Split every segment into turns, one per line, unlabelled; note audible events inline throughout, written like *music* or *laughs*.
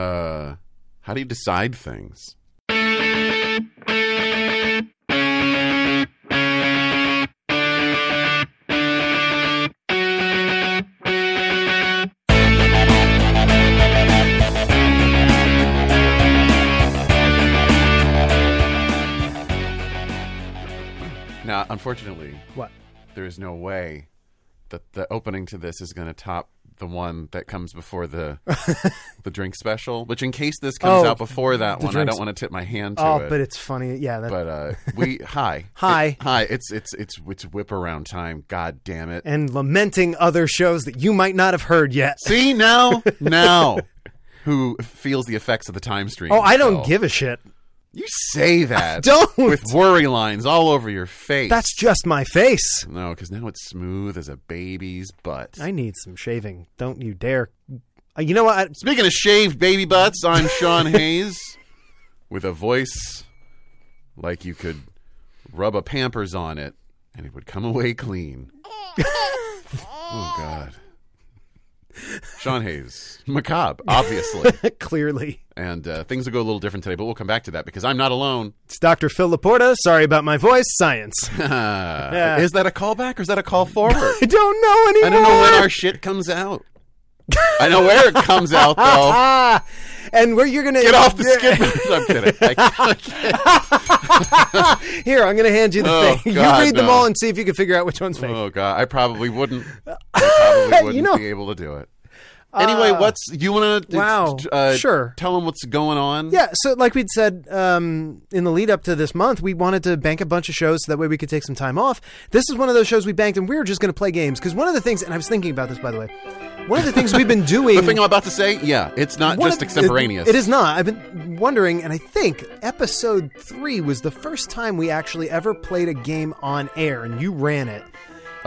Uh, how do you decide things? Now, unfortunately,
What?
there is no way that the opening to this is going to top the one that comes before
*laughs*
the the drink special. Which, in case this comes
Oh,
out before that one, I
drink
don't
sp-
want to tip my hand to
Oh,
it.
but it's funny. Yeah, that,
but uh,
*laughs*
we hi
Hi.
It- hi. It's it's it's it's whip around time. God damn it!
and lamenting other shows that you might not have heard yet.
See
*laughs*
now now. Who feels the effects of the time stream?
Oh, I don't
So-
give a shit.
You say that.
don't.
With worry lines all over your face.
That's just my face.
no, because now it's smooth as a baby's butt.
I need some shaving. Don't you dare. Uh, You know what? I-
Speaking of shaved baby butts, I'm Sean Hayes with a voice like you could rub a Pampers on it and it would come away clean. oh, God. Sean Hayes, macabre, obviously.
*laughs* Clearly.
and uh, things will go a little different today, but we'll come back to that because I'm not alone. *laughs*
It's Dr. Phil Laporta. Sorry about my voice. Science.
Is that a callback or is that a call forward?
*laughs* I don't know anymore.
I don't know when our shit comes out. I know where it comes out, though.
*laughs* Ah, and where you're gonna
Get
*laughs*
off the skid. *laughs* I'm kidding. I-
Here, I'm gonna hand you the
Oh,
thing. *laughs*
God,
you read them
no.
all and see if you can figure out which one's fake.
oh god, I probably wouldn't.
*laughs*
I probably wouldn't
know- uh,
be able to do it. Anyway, what's you want to?
Wow,
Uh,
sure.
Tell them what's going on.
Yeah, so like we'd said um, in the lead up to this month, we wanted to bank a bunch of shows so that way we could take some time off. This is one of those shows we banked, and we were just going to play games because one of the things, and I was thinking about this by the way, one of the
*laughs*
things we've been doing.
The thing I'm about to say, yeah, it's not
one
just
of-
extemporaneous.
it is not. I've been wondering, and I think episode three was the first time we actually ever played a game on air, and you ran it.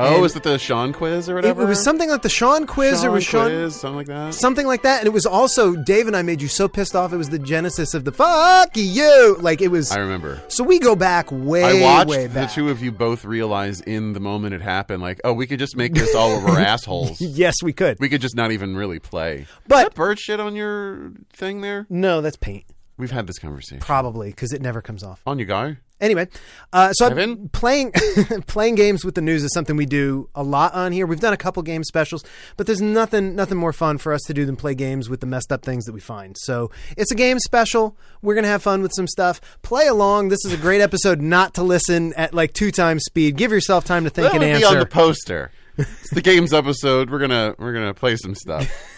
Oh,
and-
is it the Sean quiz or
It, it
whatever?
was something like the Sean quiz,
Sean
or was Sean
quiz, something like that.
something like that. And it was also Dave and I made you so pissed off. It was the genesis of the fuck you. Like it was.
I remember.
so we go back way,
I watched
way
the
back.
two of you both realize in the moment it happened, like, oh, we could just make this
*laughs*
all over assholes.
yes, we could.
We could just not even really play.
But-
Is that bird shit on your thing there.
no, that's paint.
We've had this conversation.
Probably because it never comes off.
On you go.
Anyway, uh, so
Kevin?
I'm playing *laughs* playing games with the news is something we do a lot on here. We've done a couple game specials, but there's nothing nothing more fun for us to do than play games with the messed up things that we find. So it's a game special. We're gonna have fun with some stuff. Play along. This is a great episode not to listen at like two times speed. Give yourself time to think
That'll
and
be on the
answer.
poster. It's the games episode. We're gonna we're gonna play some stuff.
*laughs*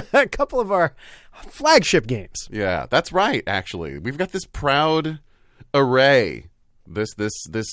*laughs* a couple of our flagship games.
Yeah, that's right. Actually, we've got this proud array. This this this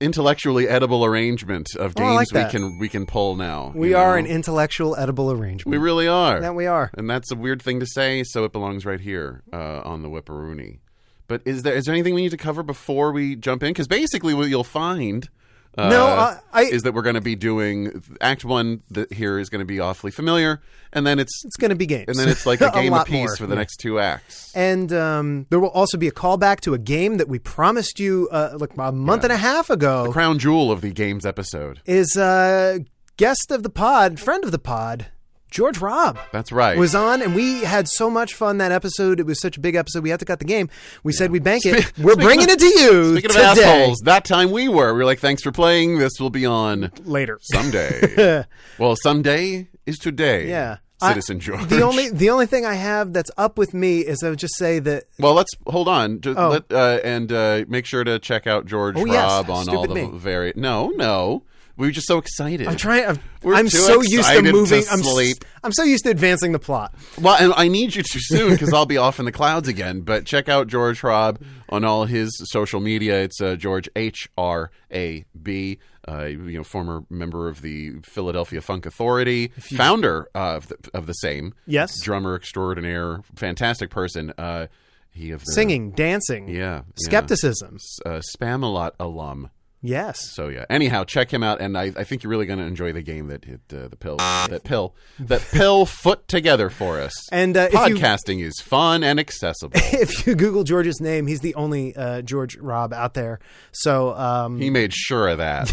intellectually edible arrangement of
Oh,
games
I like
we
that.
can we can pull now.
We
you
are
know?
an intellectual edible arrangement.
we really are.
that we are.
and that's a weird thing to say, so it belongs right here uh, on the Whipperoony. But is there is there anything we need to cover before we jump in? Because basically, what you'll find. Uh,
No, I- I-
is that we're going to be doing Act One that here is going to be awfully familiar, and then it's
It's gonna be games.
and then it's
*laughs*
like a game
lot
apiece
more.
for the
Yeah.
next two acts.
And um, there will also be a callback to a game that we promised you uh, like a month and a half ago.
Crown jewel of the games episode.
is uh, guest of the pod, friend of the pod, George Robb.
That's right.
Was on, and we had so much fun that episode. It was such a big episode. We had to cut the game. We said we bank it. We're bringing it to you
Speaking of
today.
assholes, that time we were. We were like, thanks for playing. This will be on
Later. *laughs*
someday. well, someday is today.
Yeah. I-
Citizen George.
The only the only thing I have that's up with me is I would just say that
Well, let's hold on Just let, uh, and uh, make sure to check out George
Oh, yes.
Robb on all
Stupid
the
me.
very. No, no, we were just so excited.
I'm trying. I'm,
We're
I'm
too
so used to
excited to
moving. I'm, s-
sleep.
I'm so used to advancing the plot.
Well, and I need you to soon because I'll be off in the clouds again. But check out George Robb on all his social media. It's uh, George H R A B. Uh, you know, former member of the Philadelphia Funk Authority, founder of the, of the same.
Yes.
drummer extraordinaire, fantastic person. Uh, he of the,
Singing, dancing,
yeah, yeah.
skepticism.
Uh, Spamalot alum.
Yes.
So yeah. Anyhow, check him out, and I, I think you're really going to enjoy the game that hit, uh, the pill that pill that *laughs* pill foot together for us.
And, uh, if you-
podcasting is fun and accessible.
*laughs* if you Google George's name, he's the only uh, George Rob out there. So um, *laughs*
he made sure of that.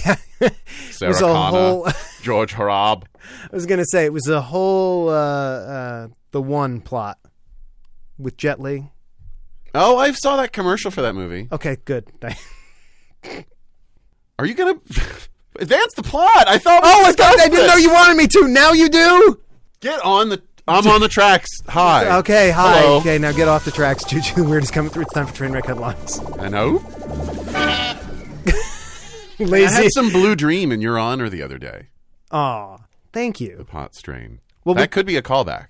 Sarah
was a
Connor,
whole- *laughs*
George Harab.
I was gonna say it was the whole uh, uh, the one plot. with Jet Li.
Oh, I saw that commercial for that movie.
Okay, good. *laughs*
Are you gonna *laughs* advance the plot? I thought. we
oh, I
discussed
thought I didn't
this.
know you wanted me to. Now you do.
Get on the. I'm on the tracks. Hi.
Okay, hi.
Hello.
Okay, now get off the tracks. *laughs* Juju the Weird is coming through. It's time for train wreck headlines.
I know. I
Lazy.
had some blue dream in your honor the other day.
Aw, thank you.
Pot strain.
Well,
Well,
we-
that could be a callback.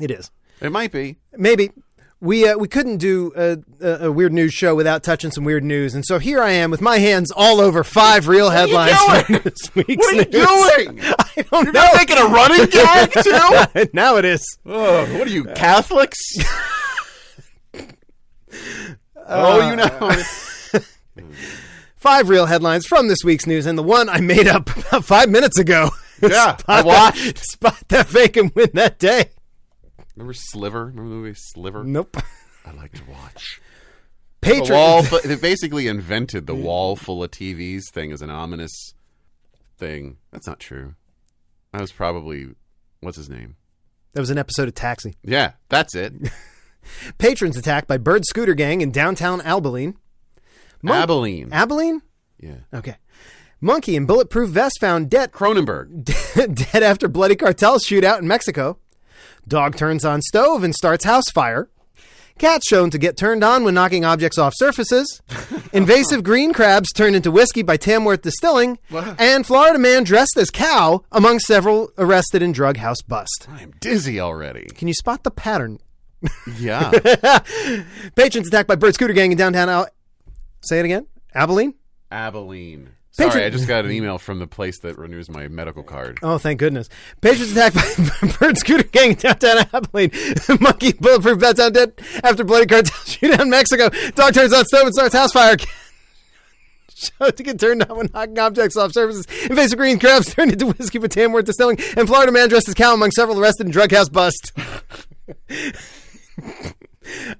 It is.
It might be.
Maybe. We, uh, we couldn't do a, a, a weird news show without touching some weird news, and so here I am with my hands all over five real headlines
doing?
for this week's
What are you
news.
doing?
*laughs* I don't
You're
know.
not making a running gag too.
*laughs* now it is.
Oh, what are you Catholics? *laughs* oh, you know.
Five real headlines from this week's news, and the one I made up about five minutes ago.
*laughs* Yeah, I
Spot that-
watched.
Spot that fake and win that day.
Remember Sliver? Remember *laughs* the movie Sliver?
Nope.
I like to watch. The
Patron.
wall. Fu- they basically invented the wall full of TVs thing as an ominous thing. That's not true. That was probably what's his name.
That was an episode of Taxi.
Yeah, that's *laughs* it.
Patrons attacked by Bird Scooter Gang in downtown Abilene. Mon-
Abilene.
Abilene?
yeah.
Okay. Monkey in bulletproof vest found dead,
Cronenberg.
*laughs* dead after bloody cartel shootout in Mexico. Dog turns on stove and starts house fire. Cat shown to get turned on when knocking objects off surfaces. Invasive green crabs turned into whiskey by Tamworth Distilling.
Wow.
And Florida man dressed as cow among several arrested in drug house bust.
I'm dizzy already.
Can you spot the pattern?
Yeah.
Patrons attacked by Bird Scooter Gang in downtown Al. Say it again. Abilene?
*laughs* Abilene. Sorry,
Patron-
I just got an email from the place that renews my medical card.
Oh, thank goodness. Patrons attacked by *laughs* Bird Scooter Gang in downtown Abilene. *laughs* Monkey bulletproof bets on dead after bloody cartel *laughs* shootout in Mexico. Dog turns on stove and starts house fire. *laughs* Show to get turned on when knocking objects off surfaces. Invasive green crabs *laughs* turned into whiskey for Tamworth Distilling. And Florida man dressed as cow among several arrested in drug house bust. *laughs*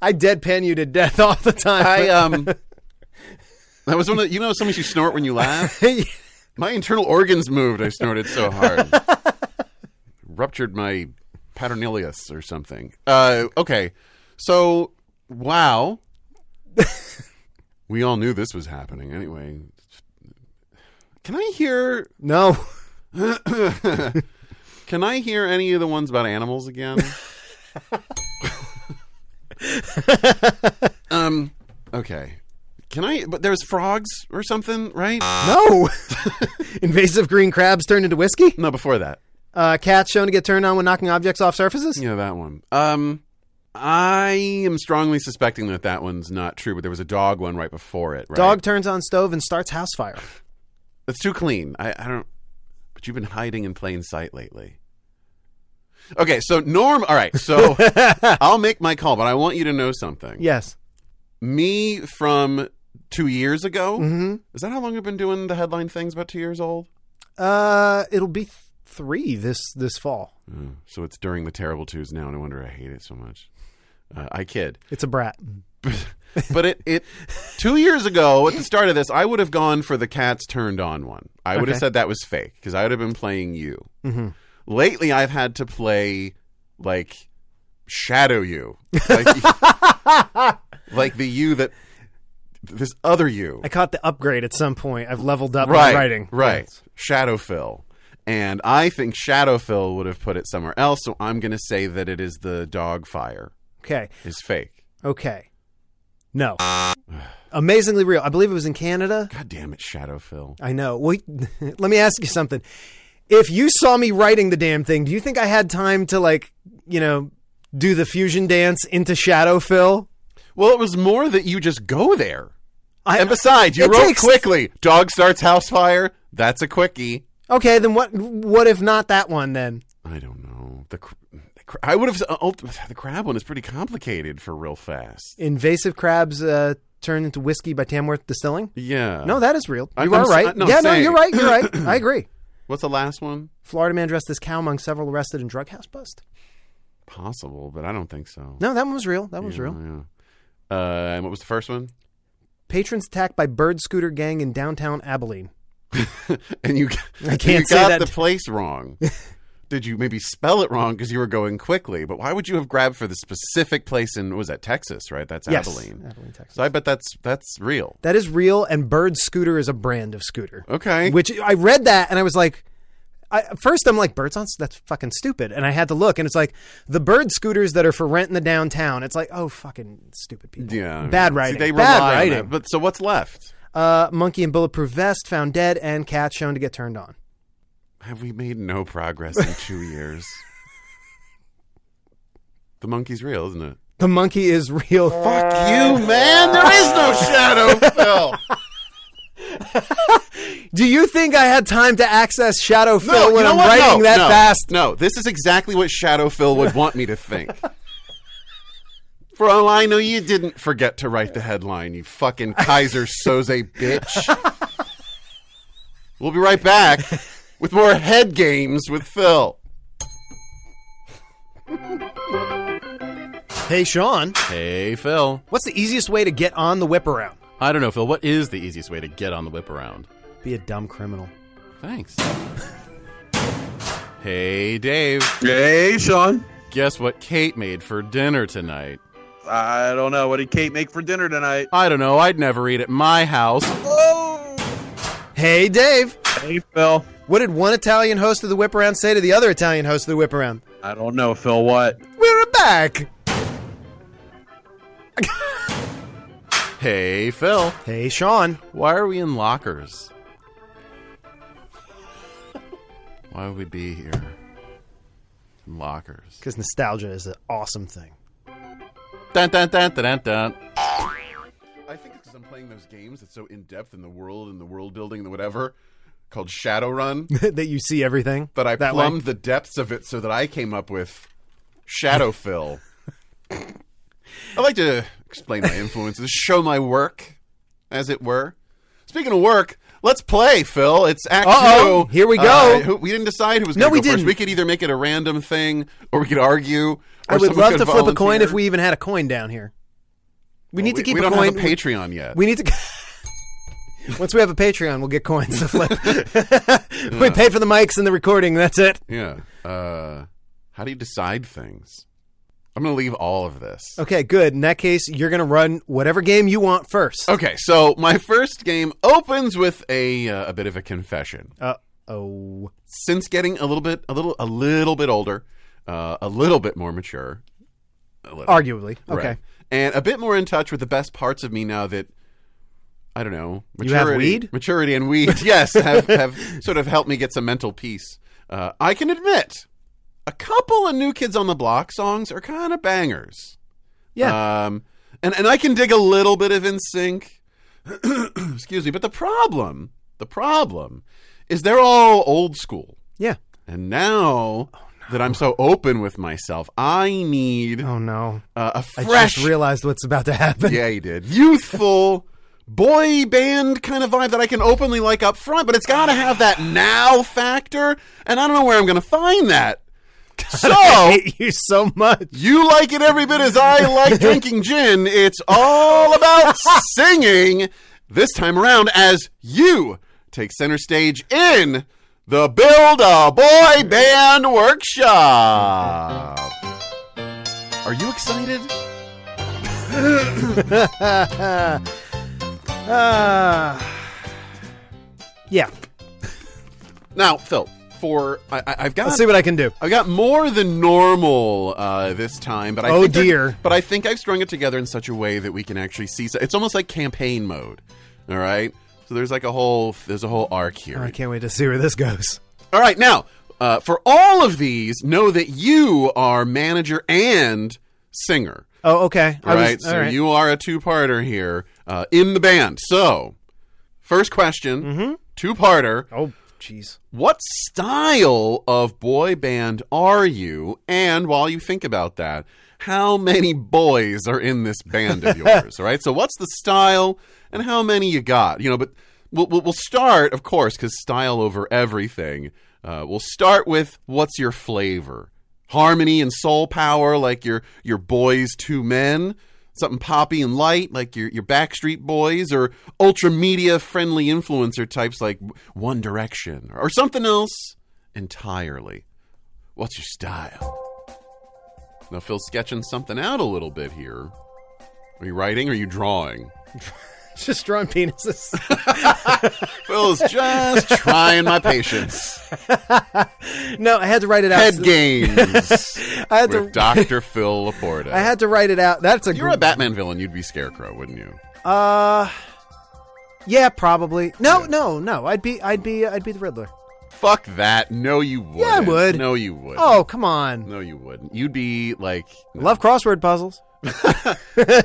I deadpan you to death all the time.
I um That was one of the, you know sometimes you snort when you laugh? My internal organs moved. I snorted so hard. Ruptured my paternolis or something. Uh okay. So wow. we all knew this was happening anyway. Can I hear
*laughs* no.
can I hear any of the ones about animals again? um okay. Can I but there's frogs or something, right?
No. *laughs* Invasive green crabs turned into whiskey?
No, before that.
Uh, cats shown to get turned on when knocking objects off surfaces?
Yeah, that one. Um, I am strongly suspecting that that one's not true, but there was a dog one right before it. Right?
Dog turns on stove and starts house fire.
It's too clean. I, I don't. But you've been hiding in plain sight lately. Okay, so norm. All right, so I'll make my call, but I want you to know something.
Yes.
Me from two years ago.
hmm
Is that how long I've been doing the headline things? About two years old.
Uh, it'll be th- three this this fall.
Oh, so it's during the terrible twos now. No wonder I hate it so much. Uh, I kid.
It's a brat.
but it, it two years ago at the start of this i would have gone for the cats turned on one i would
Okay.
have said that was fake because i would have been playing you
hmm
lately i've had to play like shadow you like, like the you that this other you
I caught the upgrade at some point. I've leveled up
right
my writing.
right shadow phil and i think shadow phil would have put it somewhere else so i'm going to say that it is the dog fire
Okay.
is fake
Okay. No. Amazingly real. I believe it was in Canada.
god damn it shadow phil
I know. Well, *laughs* let me ask you something. If you saw me writing the damn thing, do you think I had time to like, you know, do the fusion dance into Shadow Phil?
well it was more that you just go there
I
And besides, you
It
wrote
takes-
quickly. Dog starts house fire. That's a quickie.
Okay, then what? What if not that one then?
I don't know. The, cr- the cr- I would have uh, ult- the crab one is pretty complicated for real fast.
Invasive crabs uh, turned into whiskey by Tamworth Distilling.
Yeah.
No, that is real.
I-
You
I'm
are
s-
right.
I- no,
yeah,
I'm
no,
saying-
you're right. You're
*clears throat*
right. I agree.
What's the last one?
Florida man dressed as cow among several arrested in drug house bust.
Possible, but I don't think so.
No, that one was real. That one was
Yeah,
real.
Yeah. Uh, and what was the first one?
Patrons attacked by bird scooter gang in downtown Abilene.
and you,
I
*laughs*
can't
you
say
got
that. *laughs*
the place wrong. did you maybe spell it wrong because you were going quickly? But why would you have grabbed for the specific place in what was that Texas, right? That's
Yes.
Abilene.
Abilene, Texas.
So I bet that's that's real.
That is real, and Bird Scooter is a brand of scooter.
Okay.
Which I read that and I was like, I, at first I'm like, Birds on that's fucking stupid, and I had to look, and it's like the Bird scooters that are for rent in the downtown. It's like, oh fucking stupid people.
yeah,
Bad
See,
writing.
they
Bad
rely on
writing.
that. But so what's left?
Uh, monkey in bulletproof vest found dead, and cat shown to get turned on.
Have we made no progress in two
*laughs*
years? The monkey's real, isn't it?
The monkey is *laughs* real.
Fuck you, man. There is no shadow, Phil.
Do you think I had time to access Shadow
No,
Phil when
you know
I'm
what?
writing
No,
that
no,
fast?
No, this is exactly what Shadow Phil would want me to think.
*laughs*
For all I know, you didn't forget to write the headline, you fucking Kaiser Soze bitch. we'll be right back with more head games with Phil.
Hey, Sean,
Hey, Phil.
what's the easiest way to get on the whip around?
I don't know, Phil. What is the easiest way to get on the whip around?
Be a dumb criminal.
Thanks. hey, Dave.
Hey, Sean.
Guess what Kate made for dinner tonight?
I don't know. What did Kate make for dinner tonight?
I don't know. I'd never eat at my house.
Oh!
Hey, Dave.
Hey, Phil.
What did one Italian host of the whip around say to the other Italian host of the whip around?
I don't know, Phil. What?
We're back.
Hey, Phil.
Hey, Sean.
Why are we in lockers? Why would we be here? In lockers.
Because nostalgia is an awesome thing. *laughs*
Dun, dun, dun, dun, dun, dun.
I think it's because I'm playing those games that's so in depth in the world and the world building and whatever called Shadowrun
that you see everything.
that I
that way.
plumbed the depths of it so that I came up with Shadow
*laughs*
Phil. I like to explain my influences, show my work, as it were. Speaking of work, let's play, Phil. It's Act
Uh-oh.
Two.
Here we go.
Uh, who- we didn't decide who was.
No,
gonna
we
go first.
didn't.
We could either make it a random thing, or we could argue.
I
or
would
someone
love
could
to flip a coin
volunteer.
if we even had a coin down here. We need to
We-
keep
we
a
don't
coin.
have a Patreon yet.
we need to. *laughs* Once we have a Patreon, we'll get coins to flip. *laughs* we pay for the mics and the recording. That's it.
yeah. Uh, how do you decide things? I'm going to leave all of this.
Okay, good. In that case, you're gonna run whatever game you want first.
Okay, so my first game opens with a uh, a bit of a confession.
Uh oh.
Since getting a little bit a little a little bit older, uh, a little bit more mature, a little,
Arguably. Okay.
right, and a bit more in touch with the best parts of me now that I don't know
You have
maturity,
weed?
maturity and weed. *laughs* Yes, have have sort of helped me get some mental peace. Uh, I can admit, a couple of New Kids on the Block songs are kind of bangers.
Yeah.
Um, and and I can dig a little bit of NSYNC. *clears throat* Excuse me, but the problem, the problem, is they're all old school.
yeah.
And now
Oh,
that I'm so open with myself, I need uh,
Oh no.
a
I
fresh,
just realized what's about to *laughs* happen.
yeah, you did, youthful. Boy band kind of vibe that I can openly like up front, but it's got to have that now factor, and I don't know where I'm going to find that.
I
So
hate you so *sighs* much.
You like it every bit as I
*laughs*
like drinking gin. It's all about singing this time around as you take center stage in the Build a Boy Band Workshop. Are you excited?
Uh, yeah.
Now, Phil, for I, I, I've got
Let's see what I can do.
I've got more than normal uh, this time, but I
Oh,
think I-
dear.
but I think I've strung it together in such a way that we can actually see. So it's almost like campaign mode. All right, so there's like a whole there's a whole arc here.
I can't wait to see where this goes.
All right, now uh, for all of these, know that you are manager and singer.
Oh, okay. I
All
was-
right,
all
so you are a two-parter here uh, in the band. So, first question,
Mm-hmm.
two-parter.
Oh, jeez.
What style of boy band are you? And while you think about that, how many boys are in this band of yours? All right. So what's the style and how many you got? You know, but we'll, we'll, we'll start, of course, because style over everything. Uh, we'll start with what's your flavor? Harmony and soul power, like your your boys two men. Something poppy and light, like your your Backstreet Boys, or ultra media friendly influencer types like One Direction, or something else entirely. What's your style? Now, Phil's sketching something out a little bit here. Are you writing or are you drawing?
*laughs* Just drawing penises.
Phil's just trying my patience.
*laughs* no, I had to write it out.
Head games
*laughs* I had to.
with Dr. Phil Laporta.
I had to write it out. That's a.
If you were a Batman villain, you'd be Scarecrow, wouldn't you?
Uh, yeah, probably. No, no, no. I'd be, I'd be, I'd be the Riddler.
Fuck that. No, you wouldn't.
I would.
No, you wouldn't.
Oh, come on.
No, you wouldn't. You'd be like. *laughs* no,
Love crossword puzzles.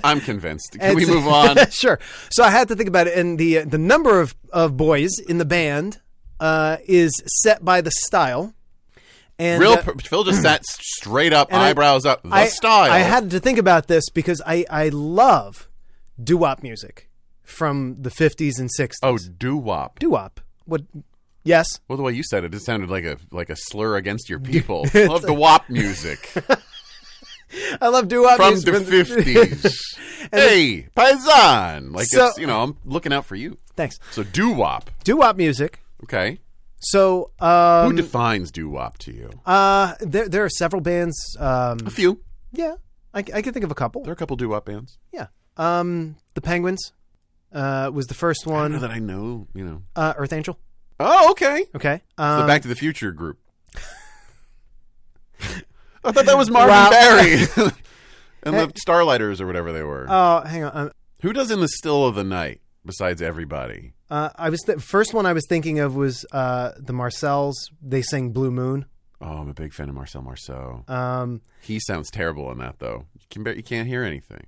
I'm convinced. Can we
It's-
move on?
sure. So I had to think about it, and the uh, the number of of boys in the band uh, is set by the style. *laughs* And
Real
uh,
per- Phil just sat s- straight up,
I-
eyebrows up. The
I,
style.
I had to think about this because I I love doo wop music from the fifties and sixties.
oh doo wop.
doo wop. What? Yes.
Well, the way you said it, it sounded like a like a slur against
*laughs*
your people. Love the wop music
I love doo wop
from
music
the
*laughs*
fifties. *laughs* hey, paisan, like
So-
it's you know I'm looking out for you.
Thanks.
So doo wop.
Doo wop music.
Okay,
So
who
um,
defines doo wop to you?
uh, there there are several bands. Um,
a few.
yeah, I, c- I can think of a couple.
There are a couple doo wop bands.
Yeah. Um, the Penguins uh, was the first
I *laughs* know
one.
that I know. You know.
Uh, Earth Angel.
Oh, okay.
Okay.
The
Um,
Back to the Future
*laughs*
group. I thought that was Marvin
Wow.
Barry *laughs* and the Starlighters or whatever they were.
oh, hang on. Um,
Who does in the still of the night besides everybody?
Uh, I was the first one I was thinking of was uh, the Marcells. They sing Blue Moon.
Oh, I'm a big fan of Marcel Marceau.
Um,
He sounds terrible in that though. You can bar- you can't hear anything,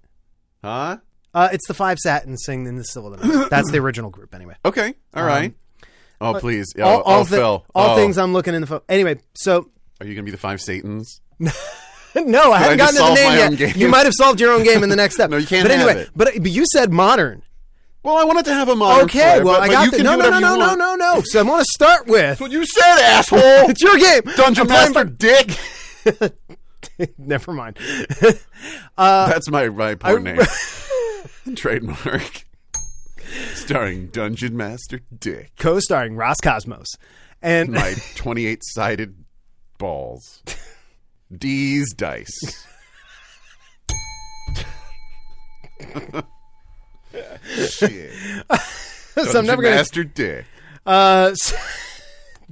huh?
uh, it's the Five Satins sing in the Still of
*coughs*
the Night. That's the original group, anyway.
Okay, all right. oh please, oh, oh,
thi-
Phil.
Um, all
Oh.
things I'm looking in the phone. Anyway, so *laughs*
Are you gonna be the five Satans?
no, I
just
haven't gotten to the
solved my
name
own game?
yet. You might have solved your own game in
*laughs*
the next step.
No, you can't
But
have
anyway,
it.
but but you said modern.
Well, I wanted to have a modern
Okay,
flair,
well
but-
I
but
got
you
the,
can
no
do
no no
whatever
no
you
no
want.
no no. So I'm going to start with.
That's what you said, asshole.
*laughs* It's your game.
Dungeon
I'm playing
Master Dick.
*laughs* Never mind.
That's my my porn name. *laughs* Trademark. Starring Dungeon Master Dick.
Co-starring Ross Cosmos, and
My 28 sided balls. D's dice. Shit.
*laughs* so I'm
Dungeon
never going to.
Master Dick.
Uh, *laughs* so,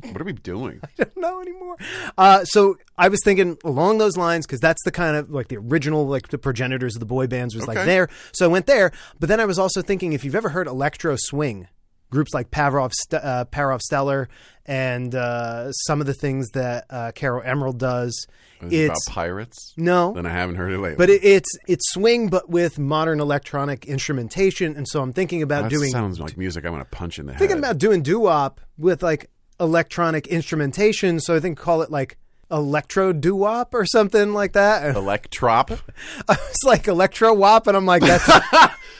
What are we doing?
I don't know anymore. Uh, so I was thinking along those lines because that's the kind of like the original, like the progenitors of the boy bands was like
Okay.
there. So I went there, but then I was also thinking if you've ever heard electro swing. Groups like Pavlov, St- uh, Parov Stellar, and uh, some of the things that uh, Carol Emerald does.
Is it about
*laughs* It's
pirates?
no,
Then I haven't heard it lately.
but it, it's it's swing, but with modern electronic instrumentation. And so I'm thinking about
that
doing
sounds like music I want to punch in the
thinking
head.
about doing doo wop with like electronic instrumentation. So I think call it like electro doo wop or something like
Oh.
that. *laughs*
Electrop.
It's like electro wop, and I'm
*laughs*
like, that's *laughs*
All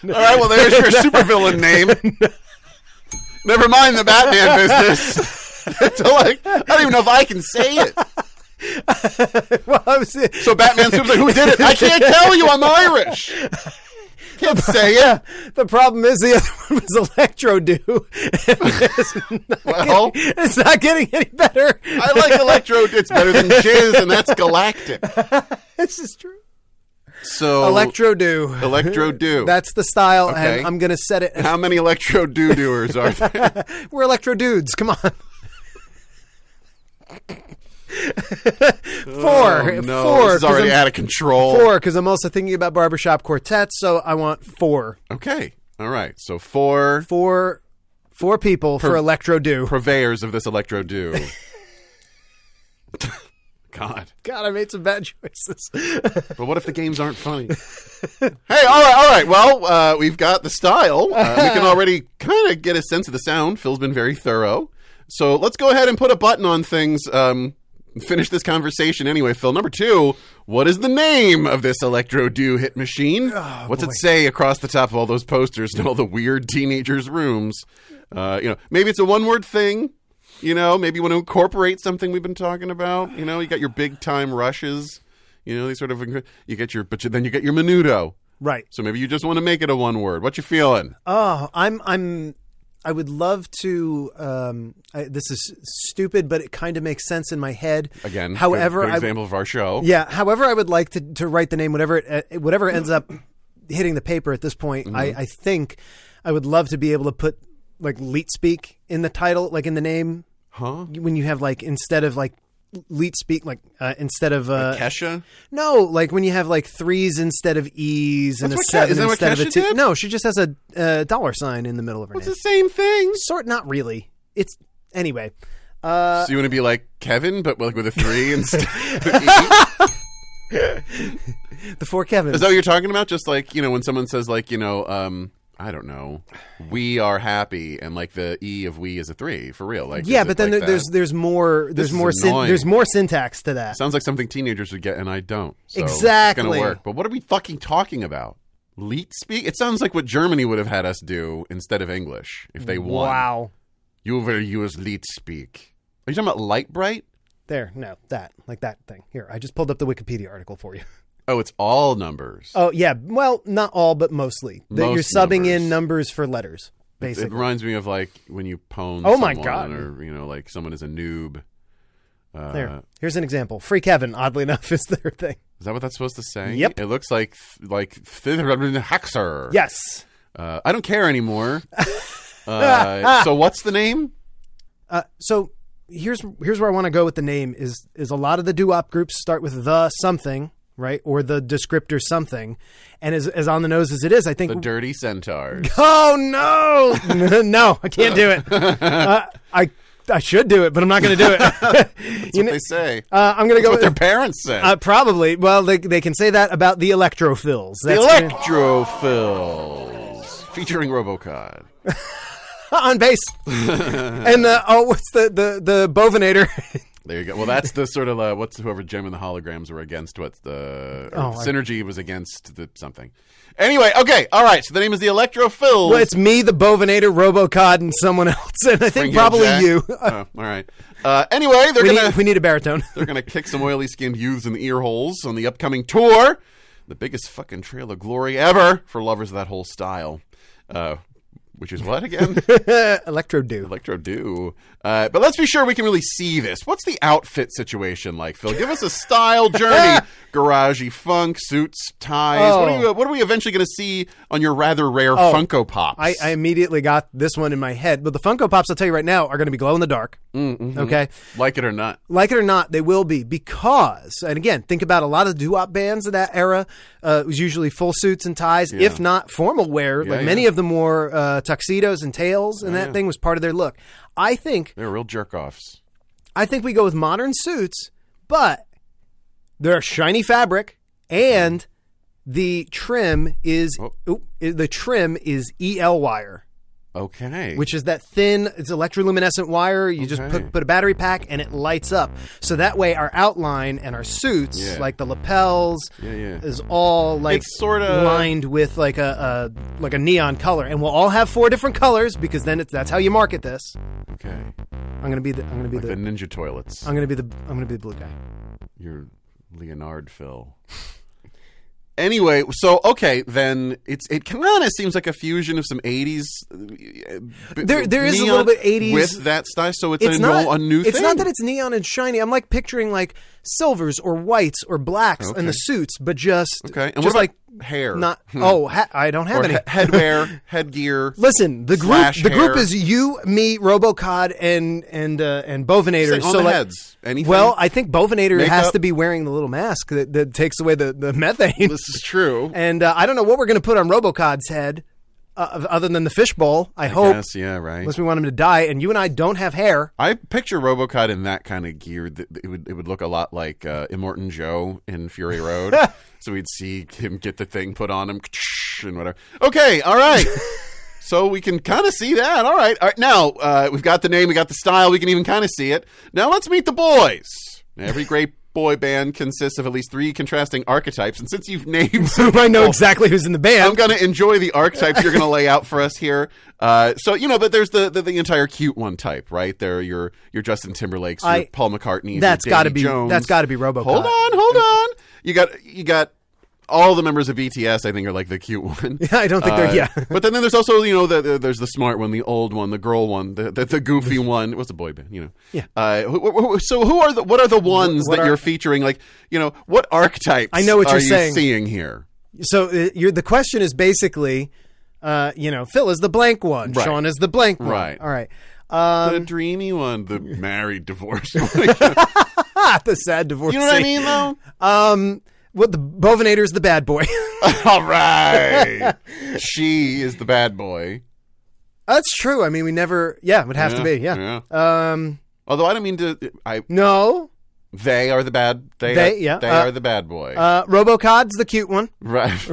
right, well, there's your supervillain name. Never mind the
*laughs*
Batman business. *laughs* it's like, I don't even know if I can say it.
well, I was,
So Batman Super's like, who did it? I can't tell you. I'm Irish. Can't say it.
the problem is the other one was electro doo. *laughs*
Well,
it's not getting any better.
I like Electro. It's better than Jizz, and that's galactic.
this is true.
So
Electro doo.
Oh. Electro do.
*laughs* That's the style,
Okay.
and I'm gonna set it.
how many Electro do doers are there?
We're electro dudes.
*laughs*
Come on. Four,
Oh, no,
four.
this is
'cause
already
I'm-
out of control.
four because I'm also thinking about barbershop quartets. So I want four,
Okay. All right. So four
four, four people for electro do.
purveyors of this Electro do.
*laughs*
God.
God, I made some bad choices. *laughs*
But what if the games aren't funny? hey, all right, all right. Well, uh, we've got the style. Uh, we can already kind of get a sense of the sound. Phil's been very thorough. So let's go ahead and put a button on things. Um, and finish this conversation anyway, Phil. Number two, what is the name of this electro do hit machine? What's it say across the top of all those posters and all the weird teenagers' rooms? Uh, you know, maybe it's a one word thing. You know, maybe you want to incorporate something we've been talking about. You know, you got your big time rushes. You know, these sort of you get your, but you, then you get your menudo.
right.
So maybe you just want to make it a one word. What you feeling?
Oh, I'm I'm I would love to. Um, I, this is stupid, but it kind of makes sense in my head.
Again, good-
however,
good
I,
example of our show.
yeah. However, I would like to, to write the name whatever it uh, whatever ends up hitting the paper at this point. I,
Mm-hmm.
I think I would love to be able to put like leet speak in the title, like in the name.
Huh?
When you have like instead of like leet speak, like uh, instead of uh,
Kesha?
no, like when you have like threes instead of e's and
That's
a
what Ke-
seven
isn't that what
instead of a
Kesha
two.
did?
No, she just has a uh, dollar sign in the middle of her
It's
name.
the same thing.
Sort not really. It's anyway. uh,
so you want to be like Kevin, but like with a
*laughs*
three instead?
The four Kevins.
Is that what you're talking about? Just like you know, when someone says like you know, um, I don't know, we are happy, and like the e of we is a three for real. Like
yeah,
is it
but then
like
there, there's
that?
there's more there's
is
more syn-
annoying.
there's more syntax to that.
sounds like something teenagers would get, and I don't. So it's
Exactly.
gonna work. But what are we fucking talking about? Leet speak. It sounds like what Germany would have had us do instead of English if they won.
Wow.
you will use leet speak. Are you talking about light bright?
There, no, that like that thing. Here, I just pulled up the Wikipedia article for you.
Oh, it's all numbers.
Oh yeah, well, not all, but mostly. That you're
Most
subbing
numbers.
in numbers for letters,
It
basically.
reminds me of like when you pwn.
Oh, my
someone
God.
Or you know, like someone is a noob. Uh,
there. Here's an example. Free Kevin, oddly *laughs* enough, is their thing.
Is that what that's supposed to say?
Yep.
It looks like th- like th- Haxer.
Yes.
Uh, I don't care
*laughs*
anymore. uh, so what's the name?
Uh, so here's here's where I want to go with the name is is a lot of the doo-wop groups start with the something, right? Or the descriptor something. And as as on the nose as it is, I think
The Dirty
*laughs*
Centaurs.
Oh no, *laughs* no, I can't
*laughs*
do it. Uh, I I should do it, but I'm not going to do it. *laughs* You know-
they say.
uh, I'm going to go
what
with
their parents said.
uh, probably. Well, they they can say that about the electrophils.
the
That's gonna-
Electrophils. Featuring Robocod.
*laughs*
*laughs*
on base. and uh, oh, what's the the the bovinator? *laughs*
There you go. Well, that's the sort of uh, what's whoever Jim and the holograms were against. What the or
Oh, I-
synergy was against the something. Anyway, okay, all right. So the name is the Electrophils.
well, it's me, the bovinator, Robocod, and someone else, and I think
Bring
probably
Jack.
you.
*laughs* oh, all right. Uh, anyway, they're
we,
gonna
need, we need a baritone.
*laughs*
*laughs*
They're going to kick some oily skinned youths in the ear holes on the upcoming tour. The biggest fucking trail of glory ever for lovers of that whole style. Uh, which is what again?
Electro do.
Electro do. Uh, but let's be sure we can really see this. What's the outfit situation like, Phil? Give us a style
*laughs*
journey. Garagey funk, suits, ties. What, are
Oh.
you, what are we eventually going to see on your rather rare Funko Pops?
I, I immediately got this one in my head, but the Funko Pops, I'll tell you right now, are going to be glow in the dark.
Mm, mm-hmm.
Okay,
like it or not.
like it or not, they will be because, and again, think about a lot of doo-wop bands of that era. Uh, it was usually full suits and ties, if not formal wear. like
yeah.
many of them wore uh, tuxedos and tails, and that thing was part of their look. I think,
They're real jerk offs.
I think we go with modern suits, but they're shiny fabric and the trim is
Oh.
oop, i- the trim is el wire
Okay.
which is that thin, it's electroluminescent wire. You just
Okay.
put, put a battery pack and it lights up. So that way, our outline and our suits,
Yeah.
like the lapels,
Yeah, yeah.
is all like
It's sorta-
lined with like a, a like a neon color, and we'll all have four different colors because then it's, that's how you market this.
Okay.
I'm gonna be the I'm gonna be
The
the
ninja toilets.
I'm gonna be the I'm gonna be the blue guy.
You're Leonard Phil. anyway, so okay, then it's it kind of seems like a fusion of some '80s. uh, b-
There- there is a
neon
little bit 80s
with that style, so it's,
It's
a,
not
no, a new.
It's
thing.
not that it's neon and shiny. I'm like picturing like silvers or whites or blacks in the suits, but just
okay. And
just
what about
like
hair? Hmm.
not oh ha- I don't have
or
any
he- *laughs*
*laughs*
headwear, headgear.
Listen, the group
Slash
the group
hair.
is you, me, Robocod, and and uh, and Bovinator.
Say, on
so
the
like,
heads, anything?
well, I think Bovinator
Makeup?
has to be wearing the little mask that, that takes away the the methane.
this is true.
*laughs* and uh, I don't know what we're gonna put on Robocod's head, uh, other than the fishbowl. I, hope,
Yes, yeah, right.
unless we want him to die. And you and I don't have hair. *laughs*
I picture RoboCop in that kind of gear. That that it would it would look a lot like uh, Immortan Joe in Fury Road. so we'd see him get the thing put on him *laughs* and whatever. Okay, all right. so we can kind of see that. All right, all right. Now uh, we've got the name, we got the style, we can even kind of see it. Now let's meet the boys. Every great boy band consists of at least three contrasting archetypes, and since you've *laughs* named some
I know
people-
exactly who's in the
I'm
band.
gonna enjoy the archetypes you're gonna lay out for us here. Uh, so you know, but there's the, the the entire cute one type, right? There, your your Justin Timberlakes, your
I-
Paul McCartney.
that's
got to
gotta be- that's gotta be RoboCop.
Hold on, hold on. You got you got all the members of BTS, I think, are like the cute one.
*laughs* I don't think they're
Uh,
yeah.
but then, then there's also you know the, the, there's the smart one, the old one, the girl one, the the, the
*laughs*
goofy one. It was a boy band, you know.
Yeah.
Uh, who- who- who- so who are the what are the ones
what
that
are-
you're featuring? Like you know what archetypes?
I know what
are
you're
you
saying.
seeing here.
So uh, you're, the question is basically, uh, you know, Phil is the blank one,
Right.
Sean is the blank one.
Right.
All right. *laughs* Um,
the dreamy one,
*laughs*
the married, divorced. one. you
Ah, the sad divorce.
know what I mean,
*laughs*
though.
Um, what the Bovinator is the bad boy. *laughs*
All right, she is the bad boy.
That's true. I mean, we never. Yeah, it would have to be. Yeah. Um,
Although I don't mean to. I
no.
they are the bad. They,
They-
are,
yeah,
They
uh,
are the bad boy.
Uh, Robocod's the cute one. *laughs*
right.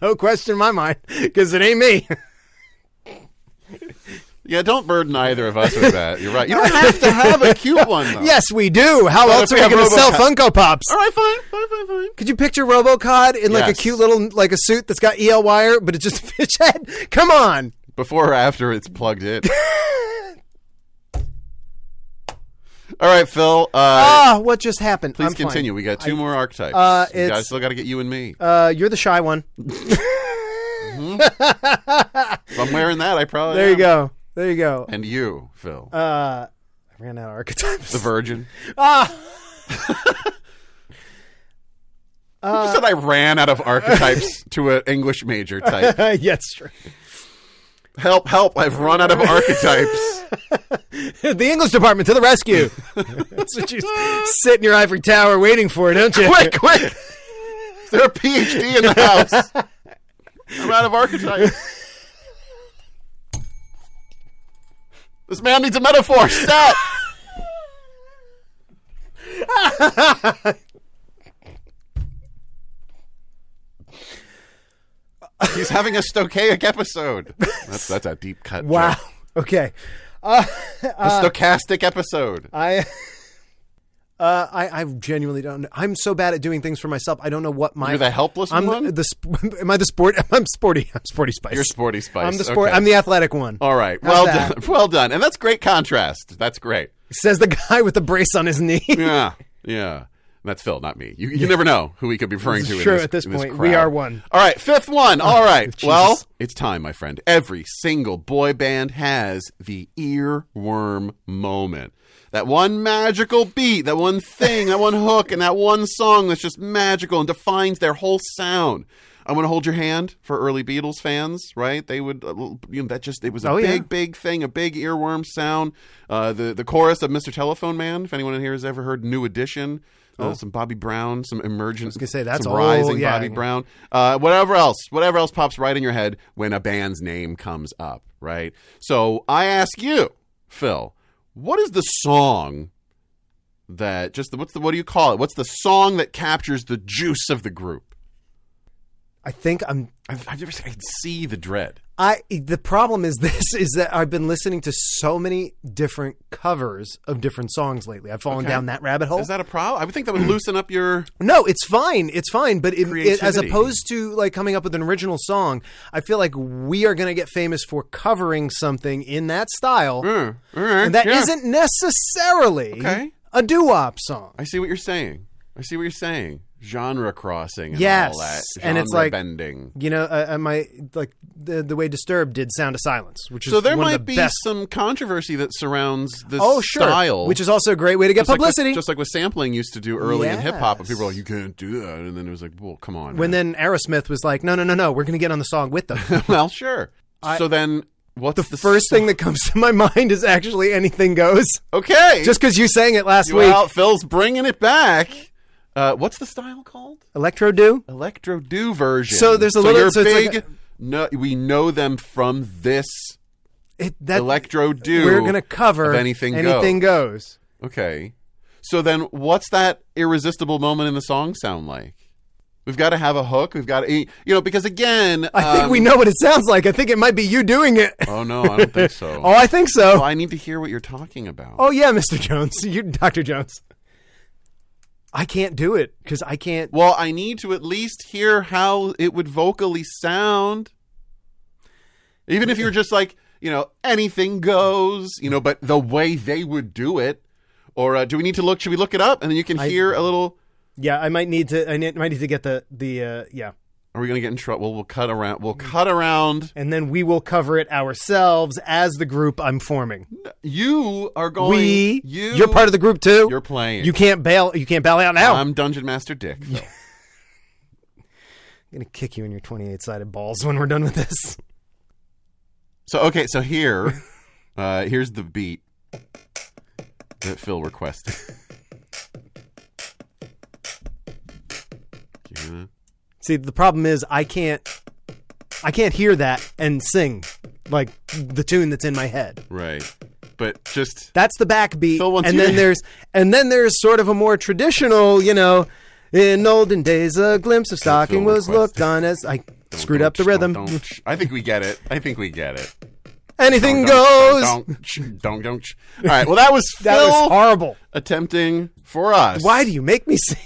No question in my mind, because it ain't me.
Yeah, don't burden either of us with that. You're right. You don't
*laughs*
have to have a cute one. Though.
yes, we do. How
Oh. Well, if
else are
we
we
have
going to sell
Robocop-
Funko Pops?
All right, fine, fine, fine, fine.
Could you picture Robocod in like a
Yes.
cute little like a suit that's got EL wire, but it's just a *laughs* fish head? Come on.
Before or after it's plugged
*laughs*
in. All right, Phil. Uh,
Ah, what just happened?
please
I'm fine.
continue. We got two more archetypes.
Uh,
you
it's-
guys still got to get you and me.
Uh, you're the shy one.
if I'm wearing that, I probably
There you
am.
go. There you go.
And you, Phil,
Uh, I ran out of archetypes.
the virgin. *laughs*
ah,
you said I ran out of
*laughs*
archetypes to an English major type.
yes, true.
Help! Help! I've run out of archetypes.
*laughs* the English department to the rescue. *laughs* That's what you *laughs* sit in your ivory tower waiting for, don't *laughs* you?
quick, quick! Is there a PhD in the house? I'm out of archetypes. This man needs a metaphor. Stat. He's having a stochaic episode. That's that's a deep cut.
Wow. Uh,
joke.
Okay.
a stochastic episode.
I. *laughs* Uh, I, I genuinely don't. know. I'm so bad at doing things for myself. I don't know what my
You're the helpless
I'm
one.
the, the sp- *laughs* am I the sport? I'm sporty. I'm sporty spice.
You're sporty spice.
I'm the sport.
Okay.
I'm the athletic one.
All right.
How's
well
that?
done. Well done. And that's great contrast. That's great.
Says the guy with the brace on
*laughs*
his knee.
Yeah. yeah. And That's Phil, not me. You, you never know who we could be referring to. in
Sure,
this-
at this
in
point, we
crowd.
are one. Oh,
All right, fifth one. All right.
*laughs* Jesus.
well, it's time, my friend. Every single boy band has the earworm moment. That one magical beat, that one thing, that one hook, and that one song that's just magical and defines their whole sound. I'm going to hold your hand for early Beatles fans, right? They would, uh, you know, that just, it was a
Oh, yeah.
big, big thing, a big earworm sound. Uh, the, the chorus of Mr. Telephone Man, if anyone in here has ever heard New Edition, uh,
Oh.
some Bobby Brown, some emergent,
gonna say, that's
some
all-
rising
yeah,
Bobby
yeah.
Brown. Brown, uh, whatever else, whatever else pops right in your head when a band's name comes up, right? So I ask you, Phil, what is the song that just the, what's the what do you call it? What's the song that captures the juice of the group?
I think I'm
I've, I've never I can see the dread.
I the problem is this is that I've been listening to so many different covers of different songs lately. I've fallen
Okay.
down that rabbit hole.
Is that a problem? I would think that would loosen up your.
no, it's fine. It's fine, but it, it, as
Creativity.
opposed to like coming up with an original song, I feel like we are going to get famous for covering something in that style,
Mm, all right,
and that
yeah.
not necessarily
Okay.
a doo-wop song.
I see what you're saying. I see what you're saying. Genre crossing. And
Yes,
All that. Genre
and it's like-
bending.
You know, uh, uh, my like the the way Disturbed did "Sound of Silence," which is
So there
one
might
of the
be
best.
some controversy that surrounds this
oh, sure,
style,
which is also a great way to get
Just like what-
publicity.
just like what sampling used to do early in hip hop, and people were like,
Yes.
"You can't do that," and then it was like, "Well, come on."
when
man."
then Aerosmith was like, "No, no, no, no, we're going to get on the song
*laughs*
with them."
well, sure. so then, what's the,
the first thing that comes to my *laughs* mind is actually anything goes.
Okay,
Just because you sang it last week,
well, Phil's bringing it back. Uh, what's the style called?
electro do.
Electro do version.
So there's a little-
You're
so it's like
big. no, we know them from this
It, that
electro do.
we're going to cover
of anything. Go.
goes.
Okay. So then, what's that irresistible moment in the song sound like? We've got to have a hook. We've got to, you know, because again,
I think
um,
we know what it sounds like. I think it might be you doing it.
Oh no, I don't think so.
*laughs* Oh, I think
Oh,
so.
I need to hear what you're talking about.
Oh yeah, Mr. Jones, *laughs* you, Dr. Jones. I can't do it because I can't.
Well, I need to at least hear how it would vocally sound. Even if you're just like, you know, anything goes, you know, but the way they would do it. Or uh, do we need to look? Should we look it up? And then you can
I-
hear a little.
Yeah, I might need to. I ne- might need to get the the uh, yeah,
Are we gonna get in trouble? Well, we'll cut around.
Mm.
We'll cut around.
and then we will cover it ourselves as the group I'm forming.
You are going.
we,
You.
are part of the group too.
You're playing.
You can't bail. You can't bail out now. I'm
I'm Dungeon Master Dick. though.
gonna kick you in your 28 sided balls when we're done with this.
So okay, so
*laughs*
here, uh, here's the beat that Phil requested. Do you hear that?
See, the problem is I can't. I can't hear that and sing like the tune that's in my head.
Right, but just
That's the backbeat,
Phil wants
and
you
then
to-
there's and then there's sort of a more traditional, you know, in olden days, a glimpse of stocking was
request.
looked on as I screwed up the rhythm.
I think we get it. I think we get it.
Anything goes.
Don't don't. All right. Well, that was Phil
*laughs* That was horrible.
attempting for us.
Why do you make me sing?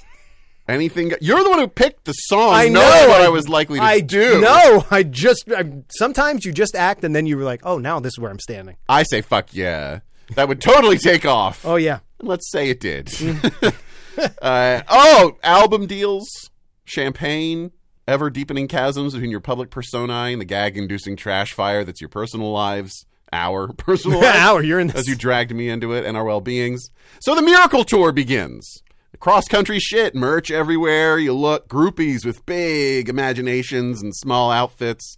anything? go- You're the one who picked the song.
I know
knowing what I, was likely to
I
do.
No, I just I, sometimes you just act and then you were like, oh, now this is where I'm standing.
I say fuck yeah. That would totally take off.
Oh yeah,
Let's say it did. *laughs* uh, oh, album deals, champagne, ever deepening chasms between your public personae and the gag inducing trash fire that's your personal lives, our
*laughs*
personal lives,
hour you're in
as
this.
you dragged me into it and our well beings. So the miracle tour begins. Cross country shit, merch everywhere. You look, groupies with big imaginations and small outfits.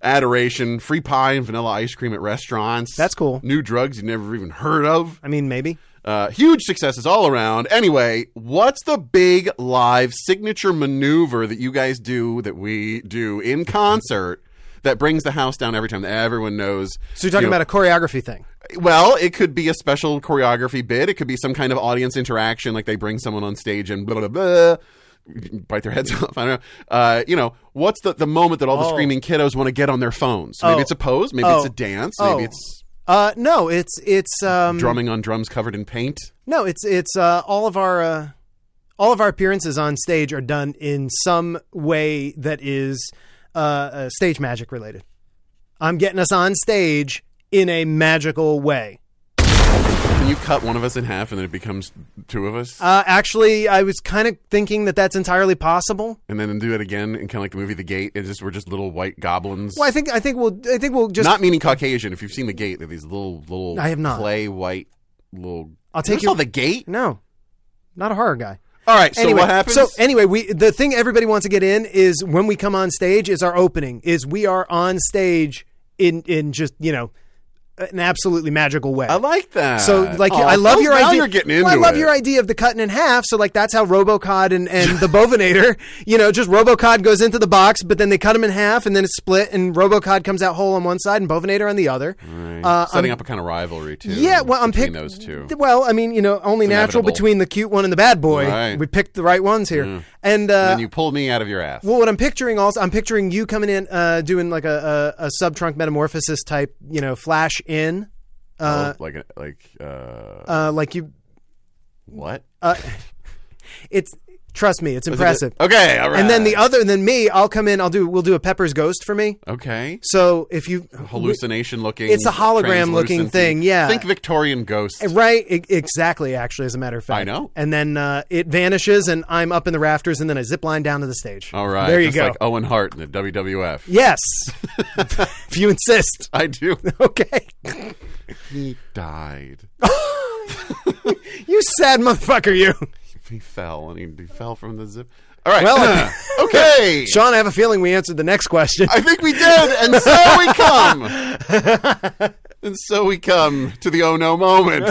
Adoration, free pie and vanilla ice cream at restaurants.
That's cool.
New drugs you never even heard of.
I mean, maybe.
Uh, huge successes all around. Anyway, what's the big live signature maneuver that you guys do that we do in concert that brings the house down every time? That everyone knows.
So you're talking about a choreography thing.
a- well, it could be a special choreography bit. It could be some kind of audience interaction, like they bring someone on stage and blah blah blah. Bite their heads *laughs* off. I don't know. Uh, you know, what's the, the moment that all the
Oh.
screaming kiddos want to get on their phones? Maybe
Oh.
it's a pose. Maybe it's
Oh.
a dance.
Oh.
Maybe it's
Uh, no, it's it's um
drumming on drums covered in paint.
no, it's it's uh, all of our uh, all of our appearances on stage are done in some way that is uh, uh, stage magic related. I'm getting us on stage in a magical way.
Can you cut one of us in half and then it becomes two of us?
Uh, actually, I was kind of thinking that that's entirely possible.
and then do it again and kind of like the movie The Gate. It's just we're just little white goblins.
Well, I think I think we'll I think we'll just
Not meaning Caucasian. If you've seen The Gate, they're these little little
I have not.
clay white little.
I'll take
you.
your-
Saw The Gate.
no, not a horror guy.
All right. So
anyway,
what happens?
So anyway, we the thing everybody wants to get in is when we come on stage is our opening is we are on stage in in just you know an absolutely magical way.
I like that.
so like
Aw,
I love
Phil's-
your
now
idea.
You're getting into
well, I love
it.
your idea of the cutting in half. So like that's how Robocod and, and the Bovinator, *laughs* you know, just Robocod goes into the box, but then they cut him in half, and then it's split, and Robocod comes out whole on one side and Bovinator on the other.
Right.
Uh,
Mm-hmm. Setting
I'm-
up a kind of rivalry too.
yeah, well, I'm
between
picking
those two.
Well, I mean, you know, only natural
inevitable.
between the cute one and the bad boy.
Right. Mm.
We picked the right ones here, and, uh,
and you pulled me out of your ass.
well, what I'm picturing also, I'm picturing you coming in, uh, doing like a, a, a subtrunk metamorphosis type, you know, flash in, uh,
like a- like uh,
uh, like you.
what?
It's trust me, it's impressive.
Okay. All right.
And then the other, and then me, I'll come in. I'll do. We'll do a Pepper's Ghost for me.
okay.
So if you
Hallucination looking.
It's a hologram looking
translucency.
thing, yeah.
Think Victorian ghost.
Right, e- exactly. Actually, as a matter of fact,
I know.
And then uh, it vanishes, and I'm up in the rafters, and then I zip line down to the stage.
All right.
there you
just
go.
Like Owen Hart in the WWF.
yes, *laughs* if you insist.
*laughs* I
*laughs*
do.
Okay,
He died.
you sad motherfucker, you.
He fell and he, he fell from the zip. All right. *laughs*
Well, *laughs*
okay.
Sean, I have a feeling we answered the next question.
I think we did, and so we come.
*laughs*
and so we come to the oh no moment.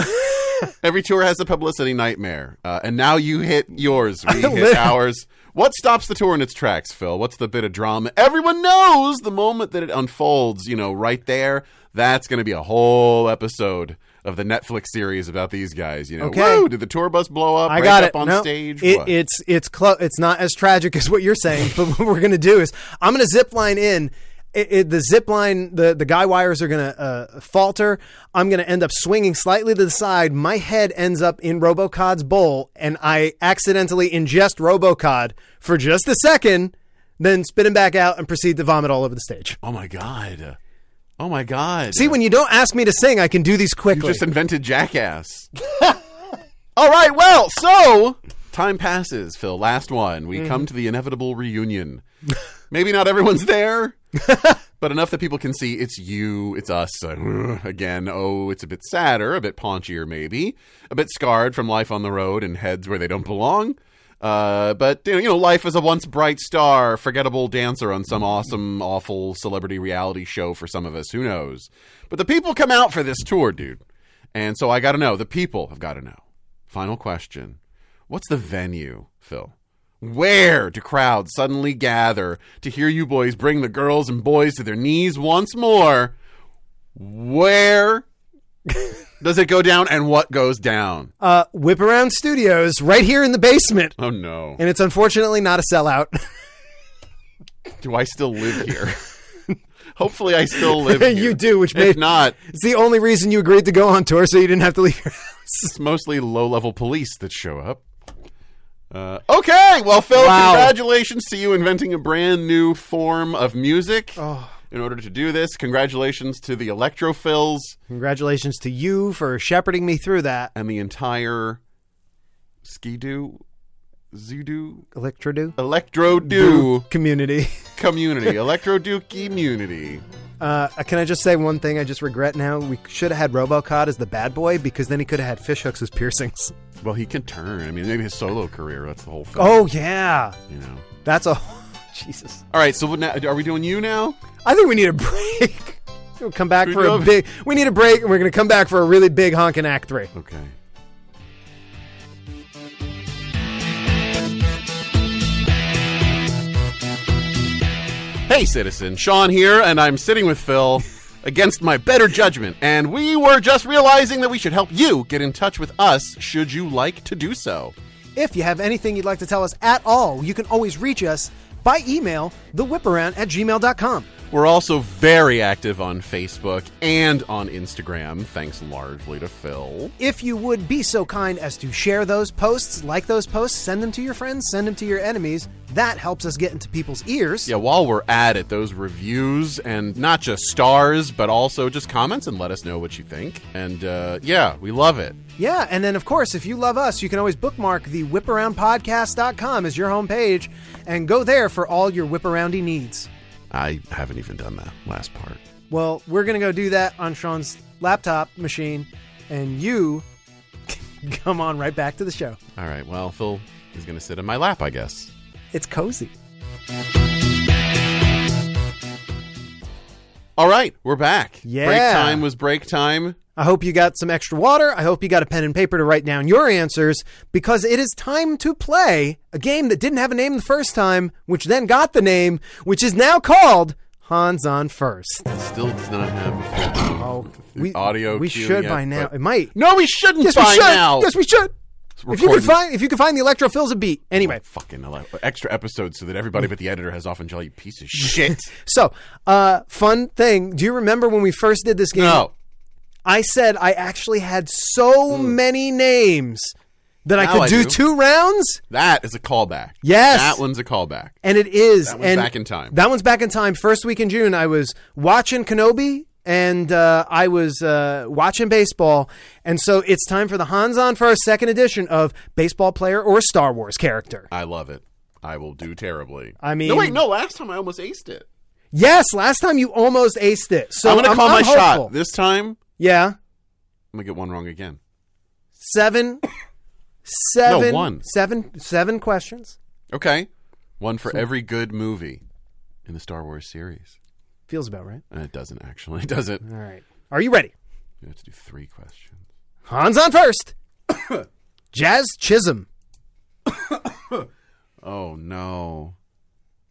Every tour has a publicity nightmare, uh, and now you hit yours.
*laughs*
We hit
lit-
ours. What stops the tour in its tracks, Phil? What's the bit of drama? Everyone knows the moment that it unfolds. You know, right there. That's going to be a whole episode of the Netflix series about these guys. You know,
Okay.
Woo, did the tour bus blow up?
I
break
got
up
it.
on
No,
stage.
it-
What?
it's it's clo- It's not as tragic as what you're saying. *laughs* But what we're gonna do is I'm gonna zip line in. It, it, the zip line, the, the guy wires are going to uh, falter. I'm going to end up swinging slightly to the side. My head ends up in Robocod's bowl, and I accidentally ingest Robocod for just a second, then spit him back out and proceed to vomit all over the stage.
oh my god. Oh my god.
See, when you don't ask me to sing, I can do these
*laughs*
quickly.
just invented jackass. All right, well, so Time passes, Phil. Last one. We come to the inevitable reunion. Maybe not everyone's there, *laughs* but enough that people can see it's you, it's us. Uh, again, oh, it's a bit sadder, a bit paunchier, maybe, a bit scarred from life on the road and heads where they don't belong. Uh, but you know, you know, life as a once bright star, forgettable dancer on some awesome, awful celebrity reality show for some of us. Who knows? But the people come out for this tour, dude. And so I got to know. The people have got to know. Final question. What's the venue, Phil? Where do crowds suddenly gather to hear you boys bring the girls and boys to their knees once more?
*laughs*
Where does it go down and what goes down?
Uh, Whip Around Studios, right here in the basement.
Oh no.
And it's unfortunately not a sellout.
Do I still live here?
*laughs*
Hopefully I still live here.
you do, which
If
made
not,
it's the only reason you agreed to go on tour, so you didn't have to leave. *laughs* your house.
it's mostly low-level police that show up. Uh, okay, well, Phil,
Wow.
congratulations to you inventing a brand new form of music.
Oh.
In order to do this, congratulations to the Electrophils
Congratulations to you for shepherding me through that.
and the entire Skidoo, Zoodoo,
Electrodo
Electro Do
community. *laughs*
community, Electro Do community.
Uh, can I just say one thing? I just regret now. We should have had Robocod as the bad boy because then he could have had fishhooks as piercings. *laughs*
Well, he can turn. I mean, maybe his solo career. That's the whole thing.
Oh yeah,
you know.
that's a *laughs* Jesus.
All right, so what now, are we doing you now?
I think we need a *laughs* break. We'll come back
We
for a
do.
big. We need a break, and we're going to come back for a really big honkin' act three.
Okay. Hey, citizen. Sean here, and I'm sitting with Phil against my better judgment, and we were just realizing that we should help you get in touch with us should you like to do so.
If you have anything you'd like to tell us at all, you can always reach us by email, thewhiparound at gmail.com.
We're also very active on Facebook and on Instagram, thanks largely to Phil.
If you would be so kind as to share those posts, like those posts, send them to your friends, send them to your enemies. That helps us get into people's ears.
Yeah, while we're at it, those reviews and not just stars, but also just comments and let us know what you think. And uh, yeah, we love it.
Yeah, and then of course, if you love us, you can always bookmark the whiparoundpodcast.com as your homepage and go there for all your whiparoundy needs.
I haven't even done that last part.
Well, we're going to go do that on Sean's laptop machine, and you *laughs* can come on right back to the show.
All right, well, Phil is going to sit in my lap, I guess.
It's cozy.
All right, we're back.
Yeah.
Break time was break time.
I hope you got some extra water. I hope you got a pen and paper to write down your answers because it is time to play a game that didn't have a name the first time, which then got the name, which is now called Hans on First.
Still does not
*gasps*
have
Oh,
audio.
We
cue
should
yet,
by now.
but-
It might.
No, we shouldn't
Yes, we
by
should.
now.
Yes, we should. If you
recording.
could find, if you could find the electrophils a beat. Anyway,
Fucking ele- extra episodes so that everybody but the editor has off and jelly piece
*laughs*
of shit.
so uh, fun thing. Do you remember when we first did this game?
no.
I said I actually had so many names that I
Hmm. Now
could
I
do
do.
two rounds.
That is a callback.
Yes.
That one's a callback.
And it is.
That one's
and
back in time.
That one's back in time. First week in June, I was watching Kenobi and uh, I was uh, watching baseball. And so it's time for the Hans on First second edition of Baseball Player or Star Wars Character.
I love it. I will do terribly.
I mean-
no, wait, no. Last time I almost aced it.
Yes, last time you almost aced it. So
I'm gonna call my
I'm hopeful.
shot this time. I'm
Yeah.
gonna get one wrong again. *coughs*
Seven. Seven,
one.
seven- seven questions.
Okay, one for every good movie in the Star Wars series.
Feels about right.
And it doesn't actually. *laughs* It doesn't.
All right. Are you ready?
You have to do three questions.
Hans
*coughs*
on first. Jazz Chisholm.
Oh no,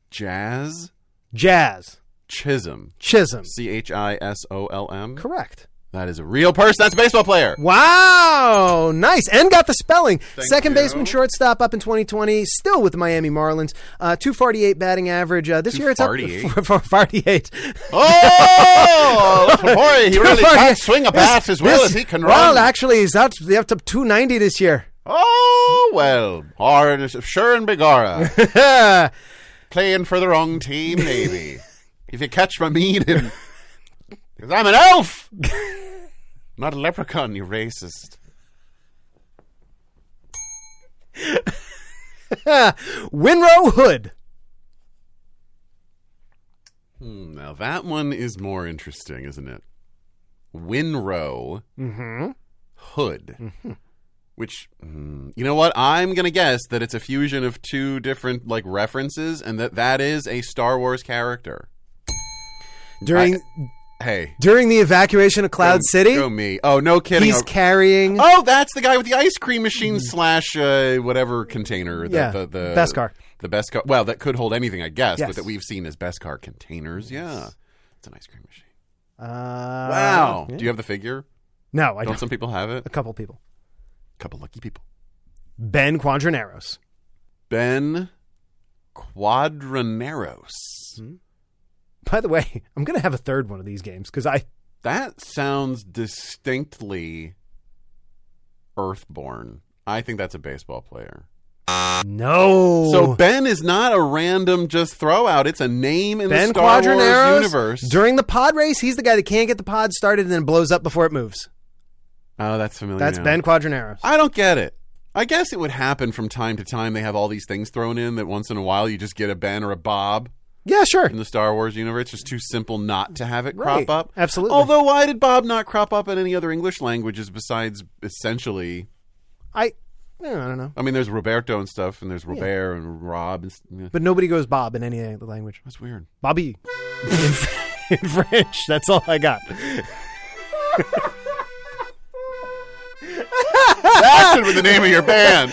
Jazz
Jazz
Chisholm.
Chisholm.
C H I S O L M.
Correct.
That is a real person. That's a baseball
*laughs*
player.
Wow, nice. And got the spelling. Second
you.
baseman shortstop up in 2020, still with the Miami Marlins. Uh, 248 batting average. Uh, this year it's up *laughs*
248?
448.
Oh, boy, he
*laughs*
really can
248.
swing a bat
This-
as well
this-
as he can
Well,
run.
actually, he's out, he's up to 290
*laughs*
this year.
Oh well, hard sure and begorra.
*laughs*
playing for the wrong team, maybe. if you catch my meaning, because I'm an
*laughs*
elf, not a leprechaun. You racist.
*laughs* Winrow Hood.
Hmm, now that one is more interesting, isn't it? Winrow
Mm-hmm.
Hood, which mm, you know what? I'm gonna guess that it's a fusion of two different like references, and that that is a Star Wars character.
During
Hey,
during the evacuation of Cloud
go-
City,
Go me! Oh, no kidding!
he's
Oh,
carrying
Oh, that's the guy with the ice cream machine slash uh, whatever container. The,
Mm-hmm.
the,
Yeah,
the
best car.
The best car. Well, that could hold anything, I guess,
Yes.
but that we've seen as best car containers. Yeah, it's an ice cream machine.
Uh,
Wow.
yeah.
Do you have the figure?
No, I
Don't
don't.
some people have it?
A couple people.
A couple lucky people.
Ben Quadraneros.
Ben Quadraneros.
By the way, *laughs* I'm gonna have a third one of these games because I
That sounds distinctly Earthborn. I think that's a baseball player.
no.
So Ben is not a random just throw out. It's a name in
Ben
the Star Wars
Quadraneros
universe.
during the pod race, he's the guy that can't get the pod started and then blows up before it moves.
oh, that's familiar.
That's
now.
Ben Quadraneros.
I don't get it. I guess it would happen from time to time. They have all these things thrown in that once in a while you just get a Ben or a Bob
Yeah, sure.
in the Star Wars universe. It's just too simple not to have it
Right.
crop up.
Absolutely.
Although, why did Bob not crop up in any other English languages besides essentially?
I, I don't know.
I mean, there's Roberto and stuff, and there's Robert and Rob. And, s- yeah.
But nobody goes Bob in any other language.
That's weird.
Bobby *laughs* in, in French. That's all I got. *laughs* Ah!
That's with the name of your
*laughs*
band,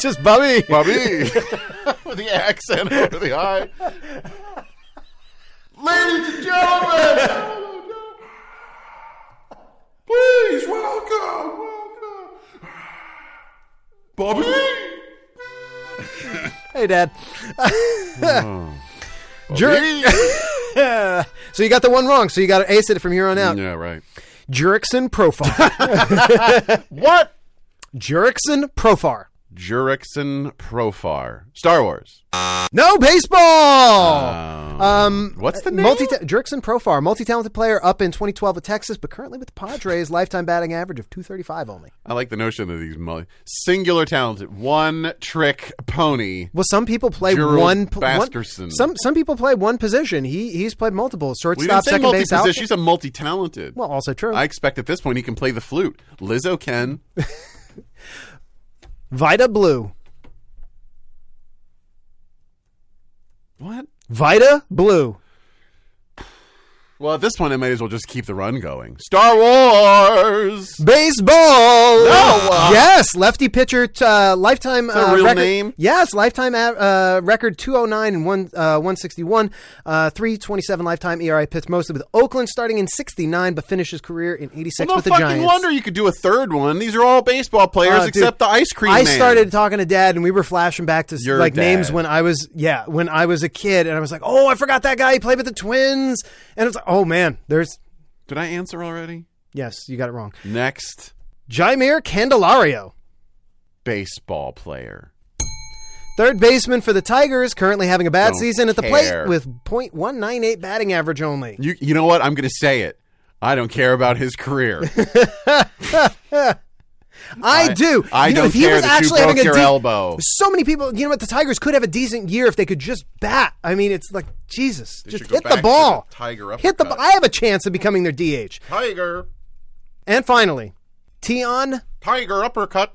Just Bobby.
Bobby, *laughs* with the accent over the eye. Ladies and gentlemen, please welcome, welcome, Bobby.
Hey, Dad.
Hmm.
Jur- *laughs* so you got the one wrong. So you got to ace it from here on out.
Yeah, right.
Jurickson
*laughs*
Profar.
What?
Jurickson Profar.
Jurickson Profar. Star Wars.
No baseball.
um, what's the name?
Multi Jurickson Profar, multi-talented player, up in 2012 at Texas, but currently with the Padres, lifetime batting average of 235 only.
I like the notion of these multi- singular talented, one trick pony.
Well, some people play
Gerald
one, p- one.
Baskerson.
Some some people play one position. He he's played multiple
We didn't
shortstop,
say
second base, out.
multi-position. She's a multi-talented.
Well, also true.
I expect at this point he can play the flute. Lizzo can.
Vita Blue.
what?
Vita Blue.
Well, at this point, I might as well just keep the run going. Star Wars.
Baseball.
No, uh,
yes, lefty pitcher. T- uh, lifetime
a
uh,
real
record-
name?
Yes, lifetime a- uh, record two hundred nine and one uh, one sixty one. Uh, Three twenty seven lifetime ERA. Pitched mostly with Oakland, starting in sixty nine, but finished his career in eighty six
No
with the
fucking
Giants.
wonder you could do a third one. These are all baseball players
Uh, dude,
except the ice cream.
I
man.
started talking to dad, and we were flashing back to
Your
like names
dad.
when I was yeah when I was a kid, and I was like, oh, I forgot that guy. He played with the Twins, and it's like, oh man, there's
Did I answer already?
yes, you got it wrong.
Next
Jaimir Candelario.
baseball player.
Third baseman for the Tigers, currently having a bad
Don't
season at the
care.
plate with .198 batting average only.
You you know what? I'm going to say it. I don't care about his
*laughs*
career.
I, do.
I
You know,
don't
if he
care
was
that you
actually
broke
having a
your
de-
elbow.
So many people, you know what? The Tigers could have a decent year if they could just bat. I mean, it's like Jesus, just
should go
hit
back
the
to
ball.
the Tiger
hit the. b-
uppercut.
I have a chance of becoming their DH.
Tiger,
And finally, Tion
tiger uppercut,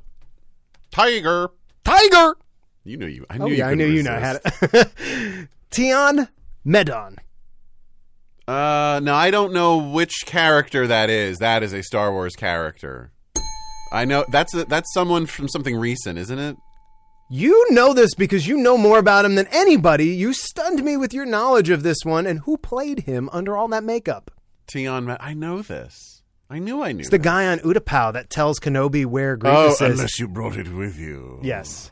tiger.
Tiger.
You knew you. I knew
Oh
you.
yeah, I
could
knew you
resist.
know how to. *laughs* Tion Medon.
Uh, no, I don't know which character that is. That is a Star Wars character. I know that's a, that's someone from something recent, isn't it?
You know this because you know more about him than anybody. You stunned me with your knowledge of this one and who played him under all that makeup.
Tion. Ma- I know this. I knew I knew.
It's the
this.
guy on Utapau that tells Kenobi where
Oh,
Grievous is.
unless you brought it with you.
yes.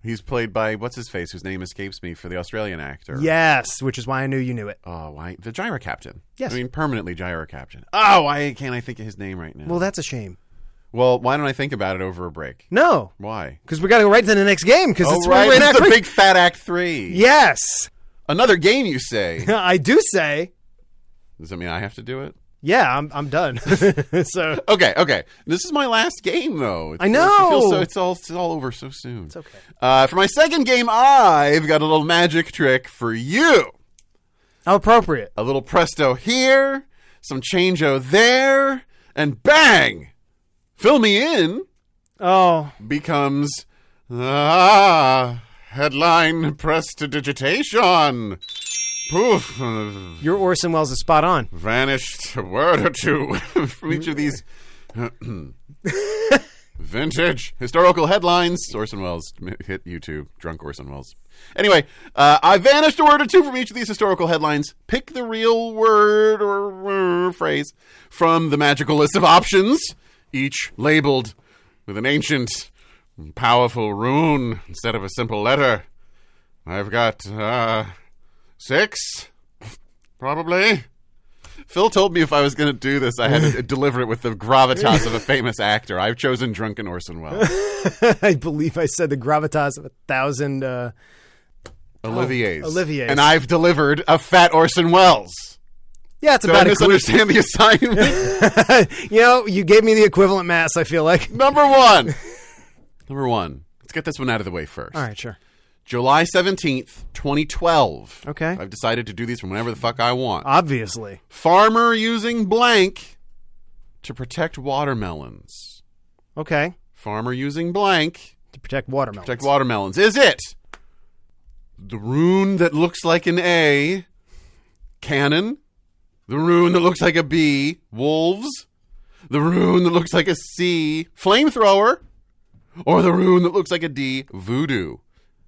He's played by what's his face, whose name escapes me, for the Australian actor.
Yes, which is why I knew you knew it.
Oh, why the gyro captain?
Yes.
I mean permanently gyro captain. Oh, why can't I think of his name right now?
Well, that's a shame.
Well, why don't I think about it over a break?
No,
Why?
because we got to go right to the next game because it's
oh, right,
we're in
this
Act
is the
Three.
big fat act three.
Yes, *laughs*
Another game, you say? *laughs*
I do say
Does that mean I have to do it?
yeah, I'm I'm done. *laughs* so
Okay, okay. This is my last game, though. It's,
I know!
It feels so, it's all it's all over so soon. It's
okay.
Uh, for my second game, I've got a little magic trick for you.
how appropriate.
A little presto here, some changeo there, and bang! Fill me in
Oh,
becomes ah headline prestidigitation. Poof.
your Orson Welles is spot *laughs* on.
vanished a word or two *laughs* from each of these uh, *clears throat* vintage historical headlines. Orson Welles hit YouTube, drunk Orson Welles. Anyway, uh, I vanished a word or two from each of these historical headlines. Pick the real word or uh, phrase from the magical list of options, each labeled with an ancient, powerful rune instead of a simple letter. I've got uh, six, probably. Phil told me if I was going to do this, I
*laughs*
had to deliver it with the gravitas of a famous actor. I've chosen Drunken Orson Welles.
*laughs* I believe I said the gravitas of a thousand. Uh,
Olivier's.
Oh, Olivier's.
And I've delivered a fat Orson Welles.
yeah, it's
Did I
about equivalent.
misunderstand the
*laughs*
assignment?
you know, you gave me the equivalent mass. I feel like.
Number one. Number one. Let's get this one out of the way first.
All right, sure.
July 17th, 2012.
Okay. Uh,
I've decided to do these from whenever the fuck I want.
Obviously,
Farmer using blank to protect watermelons.
okay.
Farmer using blank
To protect watermelon.
protect watermelons. Is it the rune that looks like an A, cannon? The rune that looks like a B, wolves? The rune that looks like a C, flamethrower? Or the rune that looks like a D, voodoo?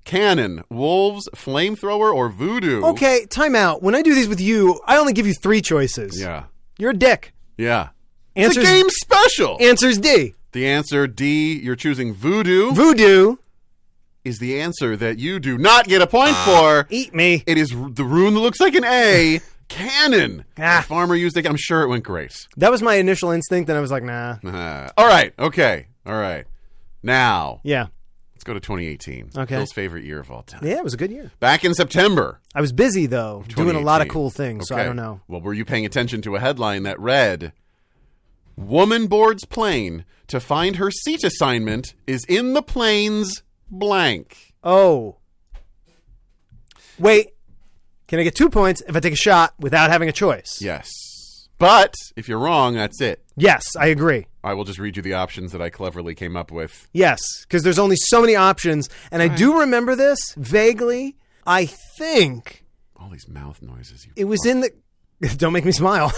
Cannon, wolves, flamethrower, or voodoo?
Okay, time out. When I do these with you, I only give you three choices.
Yeah.
You're a dick.
Yeah. It's a
Answers
game special.
answers D.
the answer D, you're choosing voodoo,
Voodoo.
is the answer that you do not get a point for.
Eat me.
It is r- the rune that looks like an
*laughs*
A. Cannon.
Ah.
The farmer used it. I'm sure it went great.
That was my initial instinct, and I was like, nah.
Ah. all right. Okay. All right. Now
Yeah.
let's go to 2018.
Okay.
Phil's favorite year of all time.
Yeah, it was a good year.
Back in September,
I was busy though, doing a lot of
2018.
cool things, so I
Okay.
don't know.
Well, were you paying attention to a headline that read, "Woman boards plane to find her seat assignment is in the plane's blank."
Oh. Wait. Can I get two points if I take a shot without having a choice?
Yes. But if you're wrong, that's it.
Yes, I agree.
I will just read you the options that I cleverly came up with.
Yes, because there's only so many options, and I do remember this vaguely. I think
All these mouth noises. You
it was in the. *laughs* Don't make me smile.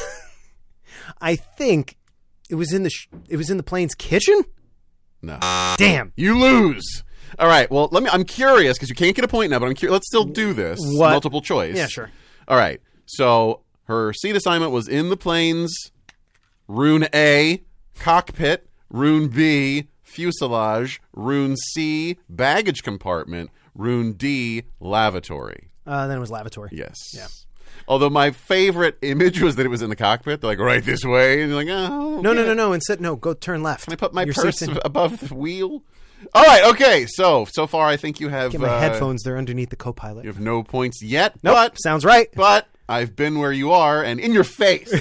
*laughs* I think it was in the. Sh- it was in the plane's kitchen.
no.
Damn.
You lose. All right. Well, let me. I'm curious because you can't get a point now, but I'm curious. Let's still do this.
What?
Multiple choice.
Yeah, sure.
All right. So her seat assignment was in the planes. Rune A, cockpit. Rune B, fuselage. Rune C, baggage compartment. Rune D, lavatory.
Uh, then it was lavatory.
Yes. Yeah. Although my favorite image was that it was in the cockpit. They're like right this way, and you're like, oh
No, no, no, no. Instead, no. Go turn left.
Can I put my
Your
purse
seat's in-
above the wheel? All right, okay. So so far, I think you have
Get my
uh,
headphones. They're underneath the co-pilot.
You have no points yet,
Nope,
but
sounds right.
but I've been where you are and in your
*laughs*
face.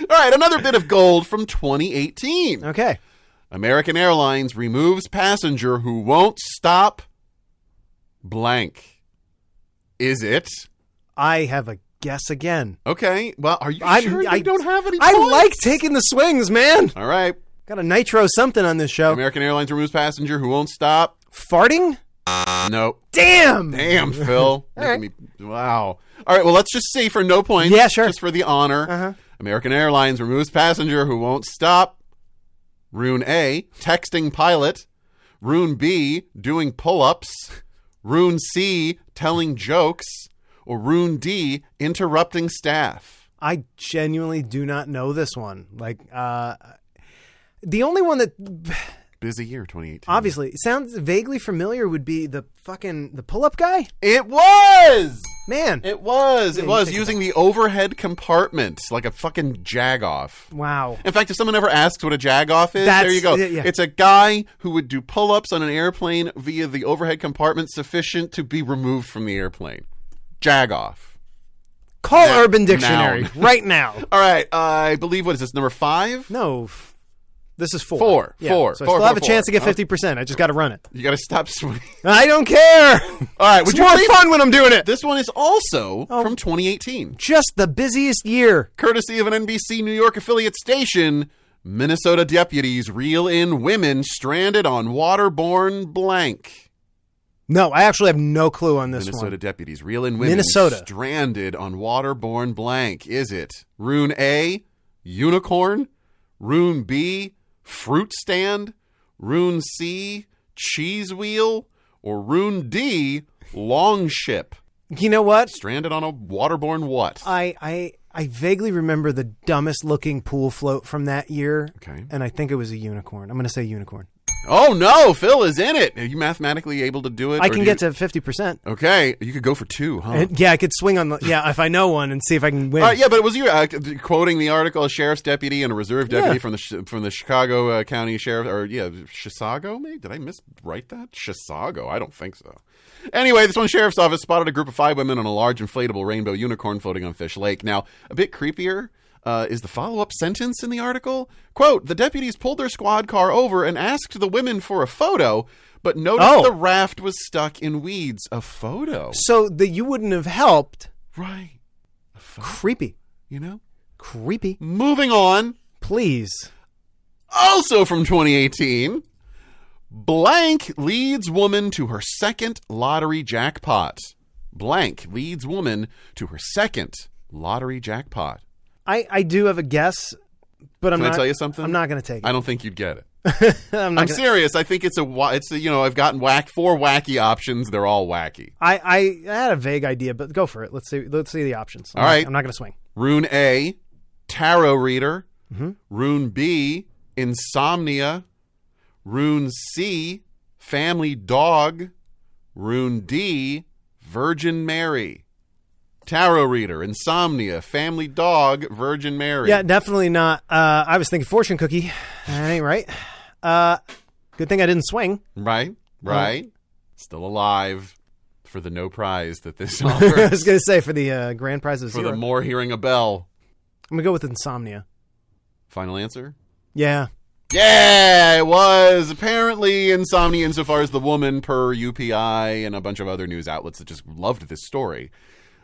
All right, another bit of gold from 2018.
Okay.
American Airlines removes passenger who won't stop. Blank. Is it
I have a guess again.
okay? Well, are you
I'm-
sure you
I-
don't have any?
I
points?
like taking the swings, man.
All right,
Got a nitro something on this show.
American Airlines removes passenger who won't stop.
Farting?
Nope.
Damn. *laughs*
Damn, Phil. Making me- wow. All right, well, let's just see for no points.
Yeah, sure.
Just for the honor.
Uh-huh.
American Airlines removes passenger who won't stop. Rune A, texting pilot. Rune B, doing pull ups. Rune C, telling jokes. Or Rune D, interrupting staff.
I genuinely do not know this one. Like, uh, the only one that
Busy year, 2018.
obviously sounds vaguely familiar would be the fucking the pull-up guy.
It was!
Man,
It was. It
you
was
think
using the overhead compartment like a fucking jagoff.
wow.
In fact, if someone ever asks what a jagoff is, there
That's-
you go.
yeah, yeah.
It's a guy who would do pull ups on an airplane via the overhead compartment sufficient to be removed from the airplane. Jagoff.
Call
Noun.
Urban
*laughs*
Dictionary
Noun.
right now.
All right, I believe what is this number five?
No, f- this is four.
Four,
Yeah,
four,
So
four,
I still
four,
have a chance
four.
to get fifty percent. I just got to run it.
You got to stop *laughs* swinging.
I don't care.
All right, would
it's
you
more
please-
fun Oh. when I'm doing it.
This one is also from 2018,
Just the busiest year.
courtesy of an NBC New York affiliate station. Minnesota deputies reel in women stranded on waterborne blank.
No, I actually have no clue on this
Minnesota
one.
deputies reel in women
Minnesota.
stranded on waterborne blank. Is it rune A, unicorn? Rune B, fruit stand? Rune C, cheese wheel? Or rune D, long ship?
You know what?
Stranded on a waterborne what?
I I I vaguely remember the dumbest looking pool float from that year.
Okay.
And I think it was a unicorn. I'm going to say unicorn.
Oh no, Phil is in it. Are you mathematically able to do it?
I
or
can
do
get
you- Oh.
to 50%.
Okay, you could go for two, huh?
And yeah, I could swing on the yeah, if I know one and see if I can win.
All right, yeah, but it was you uh, quoting the article: a sheriff's deputy and a reserve deputy from the Sh- from the Chicago uh, County Sheriff, or yeah, Chisago. Maybe did I miswrite that? Chisago? I don't think so. Anyway, this one sheriff's office spotted a group of five women on a large inflatable rainbow unicorn floating on Fish Lake. Now, a bit creepier. Uh, is the follow-up sentence in the article quote the deputies pulled their squad car over and asked the women for a photo but noticed
Oh.
the raft was stuck in weeds a photo
So that you wouldn't have helped.
right
Creepy.
you know
Creepy.
moving on
Please.
also from 2018. Blank leads woman to her second lottery jackpot. Blank leads woman to her second lottery jackpot.
I I do have a guess, but I'm
Can I
not
tell you something?
I'm not going to take it.
I don't think you'd get it.
*laughs* I'm
I'm
not gonna,
serious. I think it's a wa- it's a, you know I've gotten whack four wacky options. They're all wacky.
I, I I had a vague idea, but go for it. Let's see let's see the options. I'm
All
not-
right.
I'm not going to swing.
Rune A, tarot reader. Rune B, insomnia. Rune C, family dog. Rune D, Virgin Mary. Tarot reader, insomnia, family dog, Virgin Mary.
Yeah, definitely not. Uh, I was thinking fortune cookie. That ain't right. Uh, good thing I didn't swing. *laughs*
Right? Right? Still alive for the no prize that this
I
offers.
was gonna say for the uh, grand prize of
for
zero.
the more hearing a bell.
I'm gonna go with insomnia.
Final answer?
Yeah,
Yeah, it was apparently insomnia insofar as the woman per UPI and a bunch of other news outlets that just loved this story.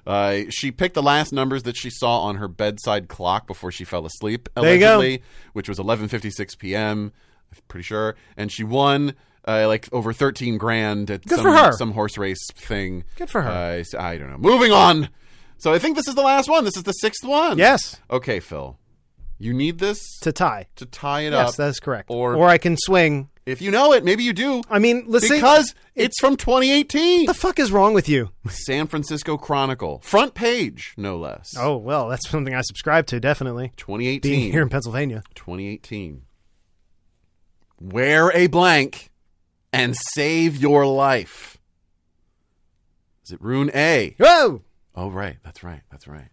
Uh, she picked the last numbers that she saw on her bedside clock before she fell asleep,
There you go.
allegedly, which was 11:56 p.m. I'm pretty sure, and she won uh, like over 13 grand at
Good
some,
for her.
some horse race thing.
Good for her.
Uh, so I don't know. Moving on. So I think this is the last one. This is the sixth one.
yes,
Okay, Phil, you need this
to tie.
to tie it up.
Yes, that's correct.
Or-
I can swing.
If you know it, maybe you do.
I mean, let's see. What
because it's from 2018.
the fuck is wrong with you?
San Francisco Chronicle, front page, no less.
Oh well, that's something I subscribe to definitely. Being
2018.
here in Pennsylvania,
2018. Wear a blank and save your life. Is it Rune A?
whoa,
Oh, right. That's right. That's right.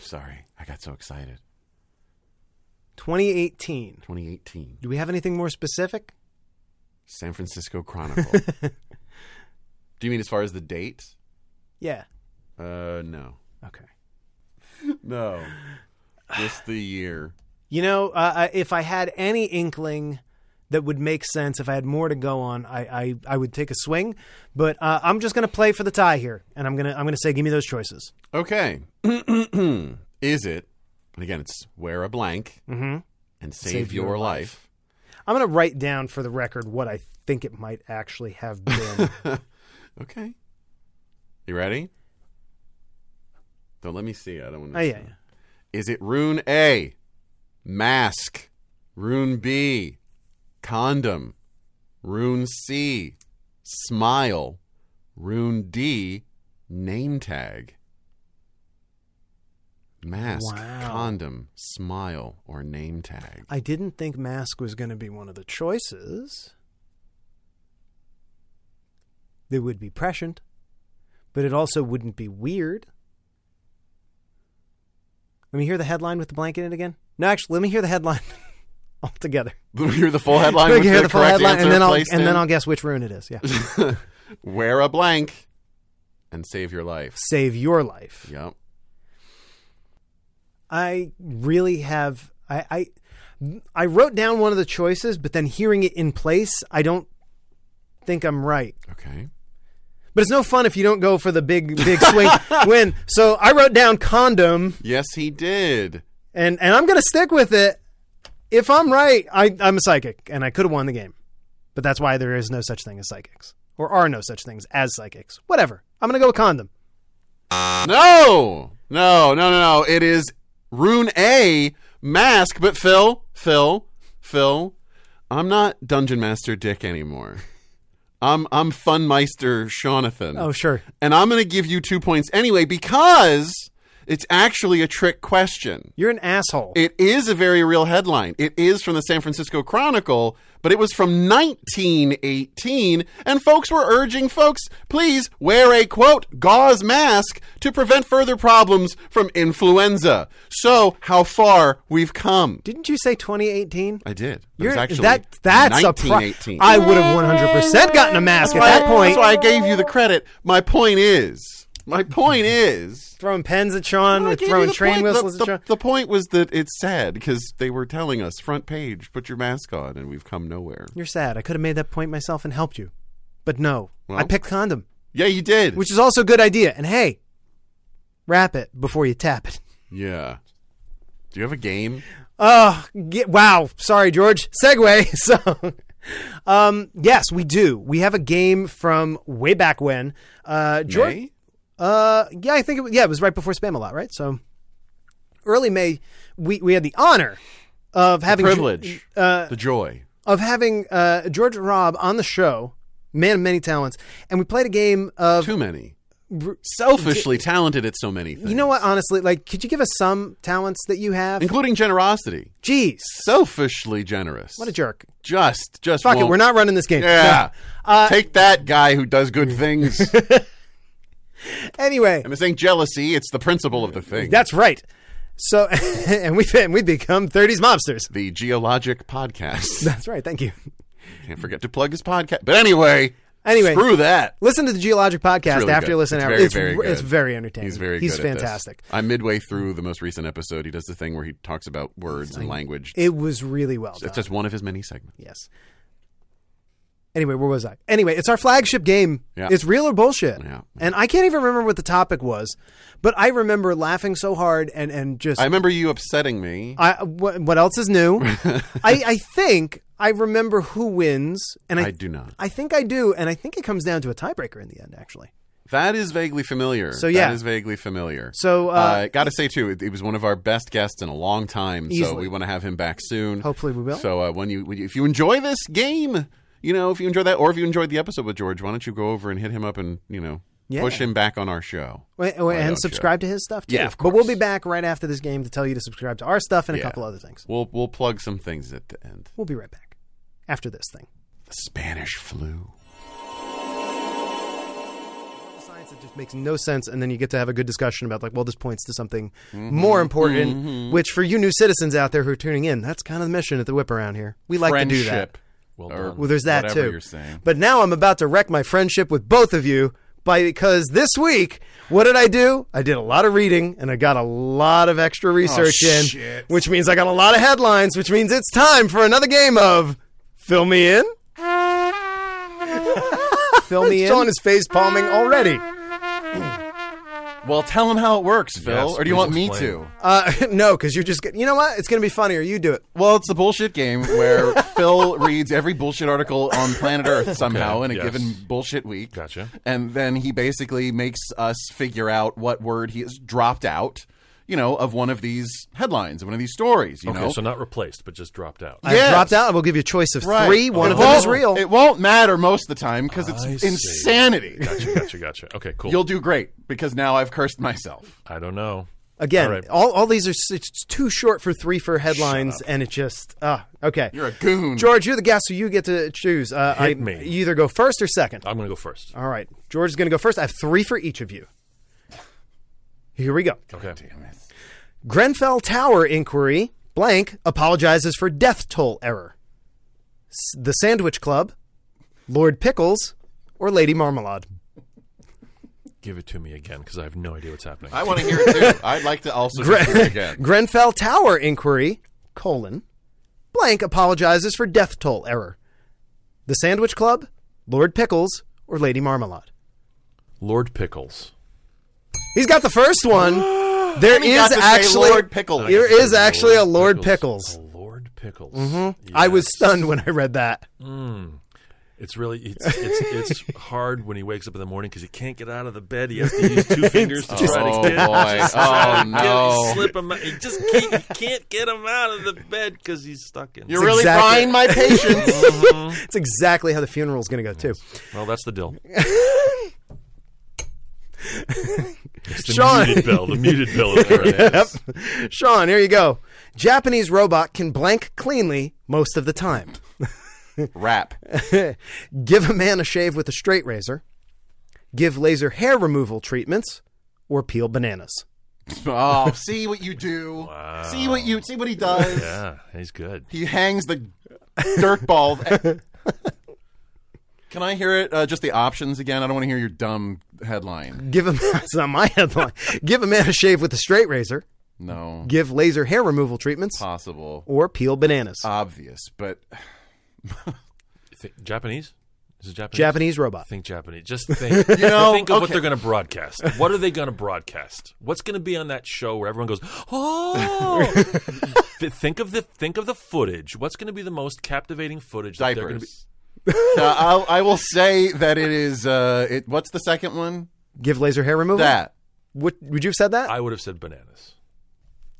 Sorry. I got so excited.
2018.
2018.
Do we have anything more specific?
San Francisco
*laughs*
Chronicle. do you mean as far as the date?
Yeah.
Uh, no.
Okay.
No. Just the year.
You know, uh, I- if I had any inkling that would make sense, if I had more to go on, I I, I would take a swing. But uh, I'm just gonna play for the tie here, and I'm gonna I'm gonna say, give me those choices.
Okay. *clears throat* Is it? And again, it's wear a blank
Mm-hmm.
and save, your, life.
I'm going to write down for the record what I think it might actually
*laughs*
have been.
Okay. You ready? Don't let me see. I don't want
oh,
to.
yeah.
Is it rune A? Mask. Rune B? Condom. Rune C? Smile. Rune D? Name tag. Mask,
Wow.
condom, smile, or name tag. *laughs*
I didn't think mask was going to be one of the choices. It would be prescient, but it also wouldn't be weird. Let me hear the headline with the blanket in it again. No, actually, let me hear the headline *laughs* altogether.
Hear
*laughs*
the full headline.
Let
With
me hear
the,
the full
correct
headline,
answer
and then I'll
placed
and
in.
then I'll guess which rune
*laughs*
it is. Yeah,
wear a blank and save your life.
save your life.
Yep.
I really have I, I I wrote down one of the choices, but then hearing it in place, I don't think I'm right.
Okay.
But it's no fun if you don't go for the big
*laughs*
big swing win. So I wrote down condom
Yes, he did.
and and I'm gonna stick with it. If I'm right, I, I'm a psychic, and I could have won the game, but that's why there is no such thing as psychics, or are no such things as psychics. Whatever. I'm gonna go with condom.
No, no, no, no, no. It is Rune A mask, but Phil, Phil, Phil. I'm not Dungeon Master Dick anymore. I'm I'm Funmeister Jonathan.
Oh sure.
And I'm going to give you two points anyway because it's actually a trick question.
You're an asshole.
It is a very real headline. It is from the San Francisco Chronicle, but it was from 1918. And folks were urging folks, please wear a quote, gauze mask to prevent further problems from influenza. So, how far we've come.
Didn't you say 2018?
I did. It
You're,
was actually
that that's a pro-
1918.
I would have 100% gotten a mask at that point.
That's why I gave you the credit. My point is, my point is.
throwing pens at Sean,
I
with
gave you
throwing
the
train
point.
whistles
The,
at Sean.
the, the point was that it's sad because they were telling us front page, put your mask on, and we've come nowhere.
You're sad. I could have made that point myself and helped you. But no. I
Well.
picked condom,
Yeah, you did.
which is also a good idea. And hey, wrap it before you tap it.
yeah. Do you have a game?
Oh, get, wow. Sorry, George. Segue. *laughs* So, um, yes, we do. We have a game from way back when. Uh, George.
Nay?
Uh, yeah, I think it was, yeah, it was right before Spam a lot, right? So early May, we we had the honor of having
Privilege.
uh,
the joy.
of having uh, George Robb on the show, man of many talents, and we played a game of
Too many. Selfishly talented at so many things.
you know what? Honestly, like, could you give us some talents that you have?
Including generosity.
Jeez,
Selfishly generous.
what a jerk!
Just, just.
Fuck it,
won't-
we're not Uh, running this game.
Yeah. Take that guy who does good things. and
*laughs* Anyway,
this ain't jealousy, it's the principle of the thing.
that's right. So, *laughs* and we and we become '30s mobsters.
the Geologic
*laughs*
Podcast.
That's right. Thank you.
Can't forget to plug his podcast. But anyway,
Anyway.
screw that.
Listen to the Geologic podcast
really
after
good.
you listen.
It's
to our-
very,
it's,
very
re-
good.
it's very entertaining.
He's very
He's
good at this.
fantastic.
I'm midway through the most recent episode. He does the thing where he talks about words and language.
It was really well done.
It's just one of his many segments.
yes. Anyway, where was I? Anyway, it's our flagship game.
Yeah.
It's real or bullshit.
Yeah.
And I can't even remember what the topic was, but I remember laughing so hard and and just
I remember you upsetting me.
I what, what else
*laughs*
is new? I I think I remember who wins, and I,
I do not.
I think I do, and I think it comes down to a tiebreaker in the end, actually.
That is vaguely familiar.
So, yeah.
that is vaguely familiar.
So, uh,
got to say too, it, it was one of our best guests in a long time. So
Easily.
we want to have him back soon.
Hopefully we will.
So uh, when you when you- if you enjoy this game, you know if you enjoy that, or if you enjoyed the episode with George, why don't you go over and hit him up and you know
Yeah.
push him back on our show.
Wait, oh,
don't you?
and subscribe to his stuff too.
Yeah, of
But we'll
course.
be back right after this game to tell you to subscribe to our stuff and a
Yeah.
couple other things.
We'll we'll plug some things at the end.
We'll be right back after this thing.
The Spanish flu.
the science that just makes no sense and then you get to have a good discussion about like well this points to something
Mm-hmm.
more important which for you new citizens out there who are tuning in that's kind of the mission at the whip around here we like to do that
Friendship.
Well
Or-
done.
well there's that
Whatever
too
you're saying.
but now i'm about to wreck my friendship with both of you by because this week what did i do i did a lot of reading and i got a lot of extra research in
Oh, shit.
which means i got a lot of headlines which means it's time for another game of fill me *laughs* in fill me in Sean is face palming already
Well, tell him how it works, Phil.
Yes,
or do you
please
want me
explain.
to?
Uh, *laughs* no, because you're just. You know what? It's gonna be funnier. You do it.
Well, it's the bullshit
*laughs*
game where Phil reads every bullshit article on planet Earth somehow
Okay,
in a
yes.
given bullshit week.
Gotcha.
And then he basically makes us figure out what word he has dropped out, you know, of one of these headlines, of one of these stories, you
okay,
know.
so not replaced, but just dropped out.
I
Yes.
dropped out. We'll give you a choice of
Right.
three. One
It
of them is
won't-
real.
It won't matter most of the time because it's
I see.
insanity.
Gotcha, gotcha, gotcha. Okay, cool.
You'll do great because now I've cursed myself.
I don't know.
Again, all,
All right.
all, these are s- it's too short for three for headlines, and it just. Uh, okay.
You're a *laughs* goon.
George, you're the guest, so you get to choose. Uh,
Hit
I,
me.
You either go first or second.
I'm going to go first.
Oh,
All right. George is gonna go first. I have three for each of you. Here we go.
Okay.
Grenfell Tower inquiry. Blank apologizes for death toll error. S- the Sandwich Club, Lord Pickles, or Lady Marmalade.
Give it to me again because I have no idea what's happening.
I want to hear it too. I'd like to also just hear
*laughs*
it again.
Grenfell Tower inquiry, colon, blank apologizes for death toll error. The Sandwich Club, Lord Pickles, or Lady Marmalade?
Lord Pickles.
He's got the first one. There
He got
is
to say
actually
Lord Pickle.
there is actually a Lord Pickles.
A Lord Pickles.
Mm-hmm.
Oh,
I was stunned when I read that.
It's really it's it's,
*laughs*
it's hard when he wakes up in the morning because he can't get out of the bed. He has to
*laughs*
use two fingers to try to
oh
get
boy! Oh no!
slip him. Out. He just can't, he can't get him out of the bed because he's stuck in.
You're really
exactly-
trying *laughs* my patience.
It's exactly how the funeral's going to go too.
well, that's
*laughs*
the deal. It's the
Sean. *laughs*
muted bell. The muted bell.
*laughs*
Is where it is.
Sean, here you go. Japanese robot can blank cleanly most of the time.
Rap.
*laughs* Give a man a shave with a straight razor. Give laser hair removal treatments or peel bananas.
*laughs* Oh, see what you do. See what you see what he does.
Yeah, he's good.
He hangs the dirt *laughs* ball. Can I hear it? Uh, just the options again. I don't want to hear your dumb headline.
Give a *laughs* that's not my headline. Give a man a shave with a straight razor.
No,
Give laser hair removal treatments
possible,
or peel bananas.
obvious, but
You think- Japanese? Is it Japanese?
Japanese robot.
Think
*laughs*
Japanese. Just think.
Oh,
know,
think of what
okay.
they're going to broadcast. What are they going to broadcast? What's going to be on that show where everyone goes,
*laughs*
"Oh!" Th- think of the think of the footage. What's going to be the most captivating footage? that they're gonna
diapers. No, Uh, I'll, I will say that it is. Uh, it. What's the second one?
Give laser hair removal.
That.
Would, would you have said that?
be- I would have said bananas.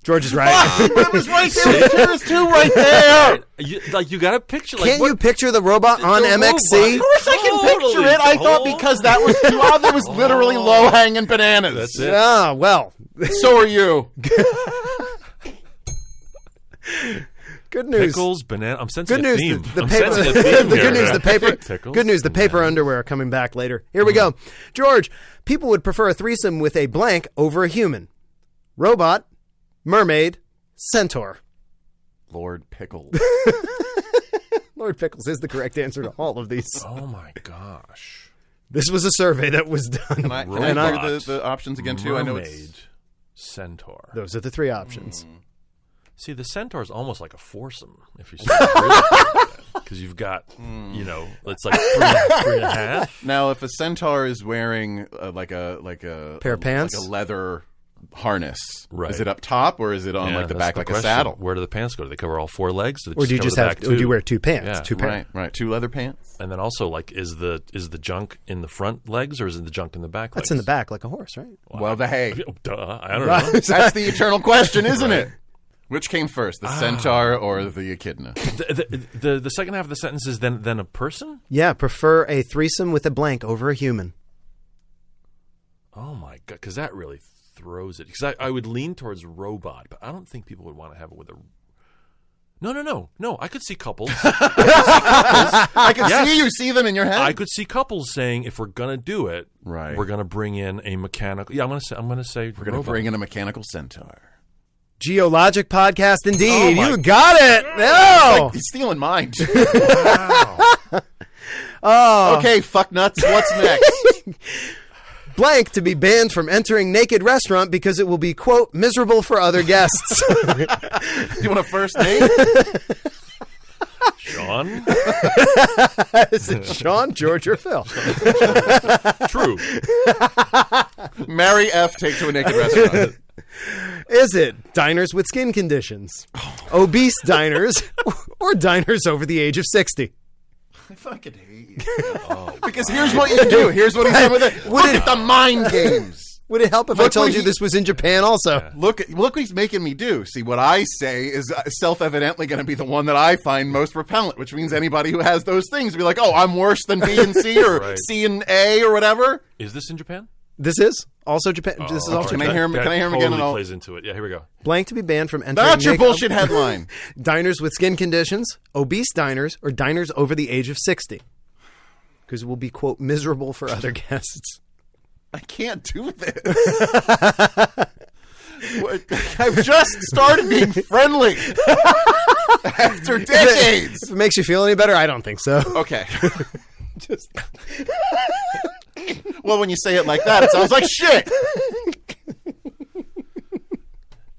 George is right.
It was
*laughs*
right there. There was two right there.
You, like you got to picture. Like,
Can't
what-
you picture the robot on
the
MXC?
robot-
I can picture it. I thought
Totally.
because that was too obvious. That was literally low hanging bananas.
Oh. That's
*laughs*
it.
Ah, well, *laughs*
So are you.
good news.
Pickles, banana. I'm sensing
Good
a
news.
theme.
The, the
I'm
paper.
sensing a
*laughs*
theme
the
here.
good news. The paper.
Pickles,
good news. The paper underwear are coming back later. Here we go. George, people would prefer a threesome with a blank over a human, robot, mermaid, centaur.
Lord Pickles.
Lord Pickles is the correct answer to all of these.
Oh my gosh.
This was a survey that was done.
Can I, can I hear the, the options again too? I know it's
Mermaid, centaur.
Those are the three options.
See, the centaur is almost like a foursome if you because you've got you know it's like three, three and a half.
Now, if a centaur is wearing uh, like a like a
Pair of pants?
like a leather harness,
Right.
is it up top or is it on
Yeah,
like the
that's
back, like a
question.
saddle?
Where do the pants go? Do they cover all four legs,
Or do you just have?
cover the back
Or do you
too?
wear two pants?
Yeah,
two pairs.
Right, right. Two leather pants.
And then also, like, is the is the junk in the front legs or is it the junk in the back?
That's in
legs?
the back, like a horse, right?
Well, the
*laughs*
hay.
Oh, Duh, I don't know.
That's the eternal question, isn't it? Which came first, the centaur or the echidna?
the, the, the the second half of the sentence is then then a person.
Yeah, prefer a threesome with a blank over a human.
Oh my god, because that really throws it. Because I, I would lean towards robot, but I don't think people would want to have it with a. No, no, no, no. I could see couples.
I can
Yes.
see you see them in your head.
I could see couples saying, if we're gonna do it,
Right.
we're gonna bring in a mechanical. Yeah, I'm gonna say, I'm gonna say,
We're gonna bring in a mechanical centaur.
Geologic podcast,
Oh,
indeed.
my
you got it. No.
He's stealing *laughs* mine. *laughs* Okay, fuck nuts. What's *laughs* next?
blank to be banned from entering naked restaurant because it will be quote miserable for
*laughs*
other guests. *laughs*
Do you want a first date? *laughs*
Sean.
Is it Sean, George, or Phil?
True.
Marry F. Take to a naked *laughs* restaurant.
Is it diners with skin conditions, obese diners, *laughs* or diners over the age of sixty?
I fucking hate you. *laughs* because here's what you do. Here's what he's doing with it. Look at the *laughs* mind games.
Would it help if I
Look
told
what
you
he-
this was in Japan? Also,
Look, at- look what he's making me do. See, what I say is uh, self-evidently going to be the one that I find most repellent, which means anybody who has those things will be like, "Oh, I'm worse than B and C *laughs* or
Right.
C and A or whatever."
Is this in Japan?
this is also Japan. this is
Oh,
also
Can
that-
I hear him?
that
Can I hear him
totally
again? And I'll,
plays into it. Yeah, here we go.
blank to be banned from entering.
that's your
naked-
bullshit headline.
Diners with skin conditions, obese diners, or diners over the age of sixty, because it will be quote miserable for other *laughs* guests.
I can't do this. What- I've just started being friendly after decades. *laughs*
If it makes you feel any better, I don't think so.
Okay. Just Well, when you say it like that, it sounds like shit.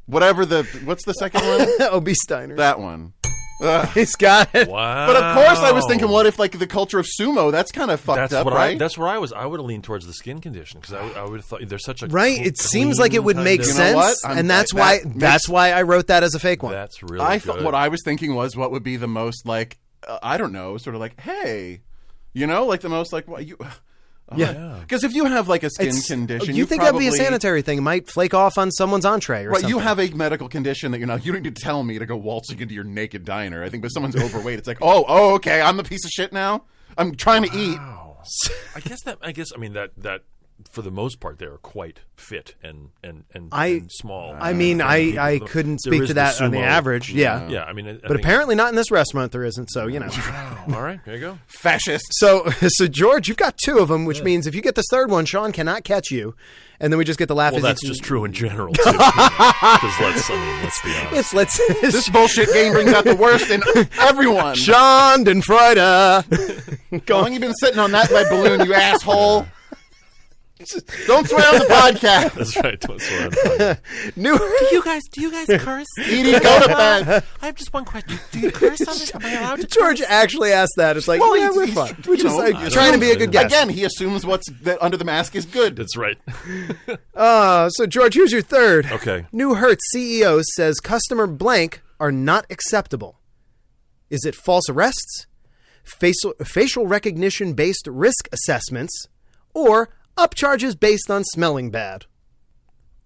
Whatever the what's the second one?
*laughs* OB Steiner.
That one.
He's got it.
Wow.
But of course, I was thinking, what if like the culture of sumo? That's kind of fucked
Oh. That's
up,
what
right?
I. That's where I was. I would have leaned towards the skin condition because I, I would have thought there's such a
Right.
cl-
It seems like it
clean
would
kind
make
of-
You know what?
sense,
I'm-
and that's
that
why
makes-
that's why I wrote that as a fake one.
That's really.
I
good.
thought what I was thinking was what would be the most like uh, I don't know, sort of like hey, you know, like the most like what you.
Yeah.
Because if you have like a skin
It's-
condition,
You,
you
think
probably,
that'd be a sanitary thing? It might flake off on someone's entree or
Right,
something.
you have a medical condition that you're not. You don't need to tell me to go waltzing into your naked diner. I think, but someone's overweight. It's like, oh, oh, okay, I'm the piece of shit now. I'm trying to eat.
Wow. I guess that. I guess I mean that that for the most part they are quite fit and and and,
I-
and small.
I mean, I, I couldn't
There
speak
is
to that on the
sumo-
average. Yeah.
Yeah, I mean, I, I
But apparently not in this restaurant there isn't, so you know.
apparently, all right, there you go.
Fascist.
So *laughs* so George, you've got two of them, which means if you get this third one, Sean cannot catch you. And then we just get the laugh
Well,
as
that's
he- *laughs*
just true in general. Because let's, I mean, let's be honest.
it's let's
This bullshit game brings out the worst in everyone.
*laughs* Sean Denfrida.
How long you been sitting on that lead balloon, you
*laughs*
asshole? Don't swear on the podcast.
That's right. That's what I'm talking
New
You guys, do you guys curse?
Edie, go to bed.
I have just one question. Do you curse on this? Am I allowed to
George actually asked that. It's like,
Well,
yeah,
he's-
we're
he's-
fine.
you
Which is
know, I
like
don't
trying to be a good guy.
Again, he assumes what's that under the mask is good.
That's right.
Uh, so, George, here's your third.
Okay.
New Hertz CEO says customer blank are not acceptable. Is it false arrests, facial, facial recognition based risk assessments, or upcharges based on smelling bad?
*laughs*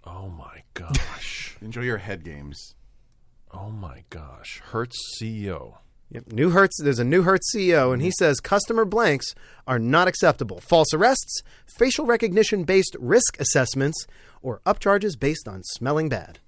Oh my gosh.
Enjoy your head games.
Oh my gosh. Hertz E CEO.
Yep. New Hertz, there's a new Hertz CEO, and he says customer blanks are not acceptable. False arrests, facial recognition based risk assessments, or upcharges based on smelling bad.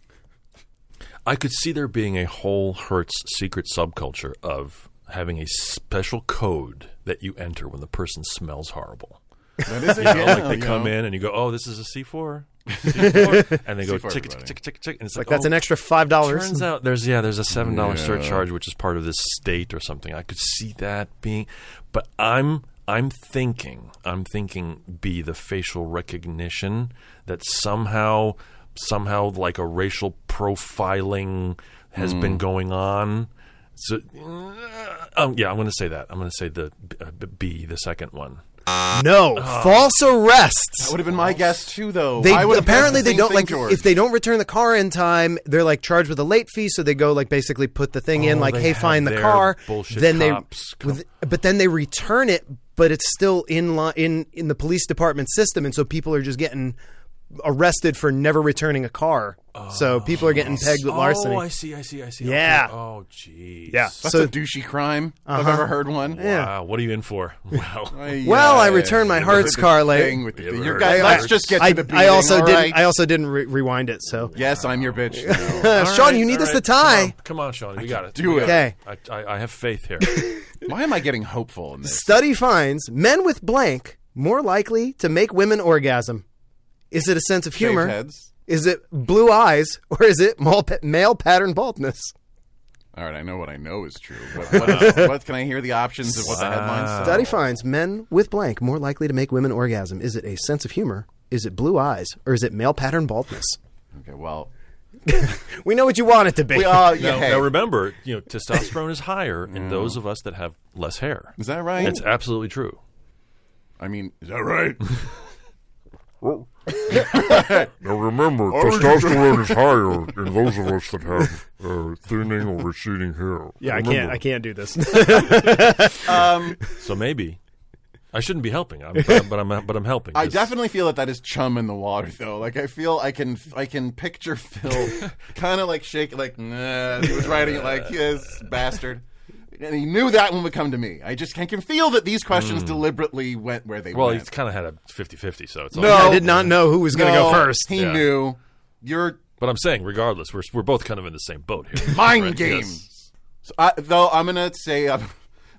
I could see there being a whole Hertz secret subculture of having a special code that you enter when the person smells horrible.
That is it.
You know, like they come in and you go, "Oh, this is a C4,", C4 and they go
C4,
tick tick
everybody.
tick tick tick, and it's like,
Like, that's
oh,
an extra $5.
Turns out there's yeah there's a seven dollar
Yeah.
surcharge which is part of this state or something. I could see that being, but I'm I'm thinking I'm thinking be the facial recognition that somehow somehow like a racial profiling has been going on. So um, yeah, I'm going to say that. I'm going to say the uh, B the second one.
No, false arrests.
Would have been my guess too, though.
They
I would have guessed
apparently
the
they
same
don't
thing,
like
George.
if they don't return the car in time, they're like charged with a late fee. So they go like basically put the thing in
Oh,
like,
they
hey,
have
find the
their
car.
bullshit
Then
cops
they,
come-
with, but then they return it, but it's still in li- in in the police department system, and so people are just getting arrested for never returning a car.
Oh,
so people are getting pegged with larceny.
Oh, I see, I see, I see.
Yeah.
Okay. Oh, jeez.
yeah.
That's
So Uh-huh.
a douchey crime. I've ever heard one.
Wow. What are you in for? *laughs* Wow.
Ay,
Well, I
ay,
returned my
ay.
Hertz
With the
car late.
thing with the-
Yeah,
your
Hertz.
guy-
I-
Let's just get
I,
to the beating.
I also
all
didn't.
right?
I also didn't re- rewind it. So
yes, I'm your bitch. now.
*laughs* Uh,
All
Sean,
right,
you need
all
us to
right.
tie.
Come on, come on, Sean. We got it.
do
We
it.
got
Okay.
I, I, I have
*laughs*
faith here.
Why am I getting hopeful in this?
Study finds men with blank more likely to make women orgasm. Is it a sense of humor?
Shaved heads.
Is it blue eyes *laughs* or is it male, pa- male pattern baldness?
All right, I know what I know is true. But
*laughs*
what, else- what can I hear the options of what the headlines say?
Study finds men with blank more likely to make women orgasm. Is it a sense of humor? Is it blue eyes or is it male pattern baldness?
Okay, well,
We know what you want it to be.
we *laughs* all. Yeah,
now,
hey.
now remember, you know, testosterone is higher in those of us that have less hair.
is that right?
That's absolutely true.
I mean, is that right?
*laughs* Now remember, testosterone is higher in those of us that have uh, thinning or receding hair. Remember.
can't do *laughs* this.
So maybe I shouldn't be
*laughs*
helping, I'm, but, I'm, but I'm but I'm helping.
I
'cause
definitely feel that that is chum in the water, though. Like I feel I can I can picture
*laughs*
Phil kind of like shake, like nah. He was writing it like this bastard, and he knew that one would come to me. I just I can feel that these questions deliberately went where they
Hmm. Well,
went.
he's kind of had a 50-50, so it's all-
No.
I did not know who was going to
No,
go first.
He
Yeah.
knew your
But I'm saying, regardless, we're we're both kind of in the same boat here.
*laughs* mind
Right?
games.
Yes.
So I, though I'm gonna say, uh,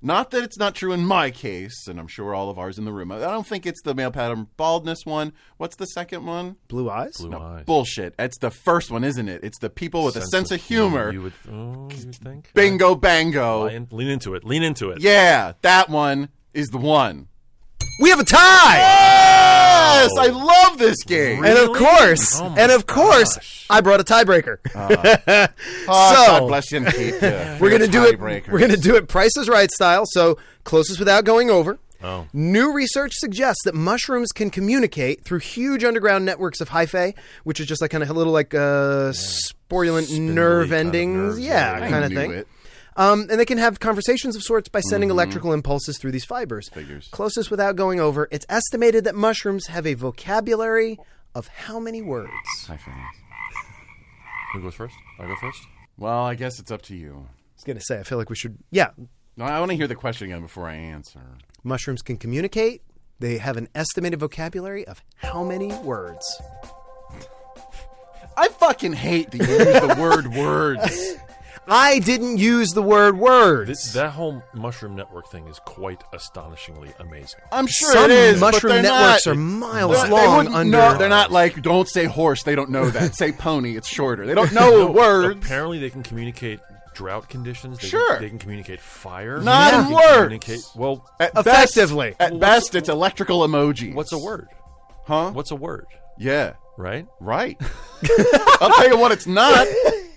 not that it's not true in my case, and I'm sure all of ours in the room. I don't think it's the male pattern baldness one. What's the second one?
Blue eyes?
Blue eyes.
Bullshit. It's the first one, isn't it? It's the people with a sense of humor.
You would, oh, you would think.
Bingo bango.
Lean, lean into it. Lean into it.
Yeah, that one is the one.
We have a tie.
Yes, I love this game.
And of course,
Oh my
and of course,
gosh.
I brought a tiebreaker. *laughs*
Oh,
so-
God bless you and keep you.
*laughs* we're gonna do it.
Tiebreakers.
We're gonna do it. Price is right style. So closest without going over.
Oh.
New research suggests that mushrooms can communicate through huge underground networks of hyphae, which is just like kind of a little like uh, sporulent nerve
kind of
endings,
nerves,
yeah,
I
kind of
knew
thing.
it.
Um, and they can have conversations of sorts by sending electrical impulses through these fibers. Figures. Closest without going over, it's estimated that mushrooms have a vocabulary of how many words?
Hi, fans.
Who goes first? I go first.
Well, I guess it's up to you.
I was going to say, I feel like we should. Yeah,
No, I want to hear the question again before I answer.
mushrooms can communicate. They have an estimated vocabulary of how many words?
I fucking hate that you use
*laughs*
the word words.
I didn't use the word words.
This, that whole mushroom network thing is quite astonishingly amazing.
I'm sure
Some
it is. but
mushroom
they're
networks
not-
are miles
they
long.
wouldn't-
under
No, they're not like don't say horse. They don't know that. say pony. It's shorter. They
*laughs*
don't know words.
Apparently, they can communicate drought conditions. They
Sure.
Can, they can communicate fire.
Not
They can
words.
communicate- Well,
At
Effectively.
best, at best, it's electrical emojis.
what's a word?
Huh?
What's a word?
Yeah,
Right?
right. *laughs* I'll tell you what, it's not.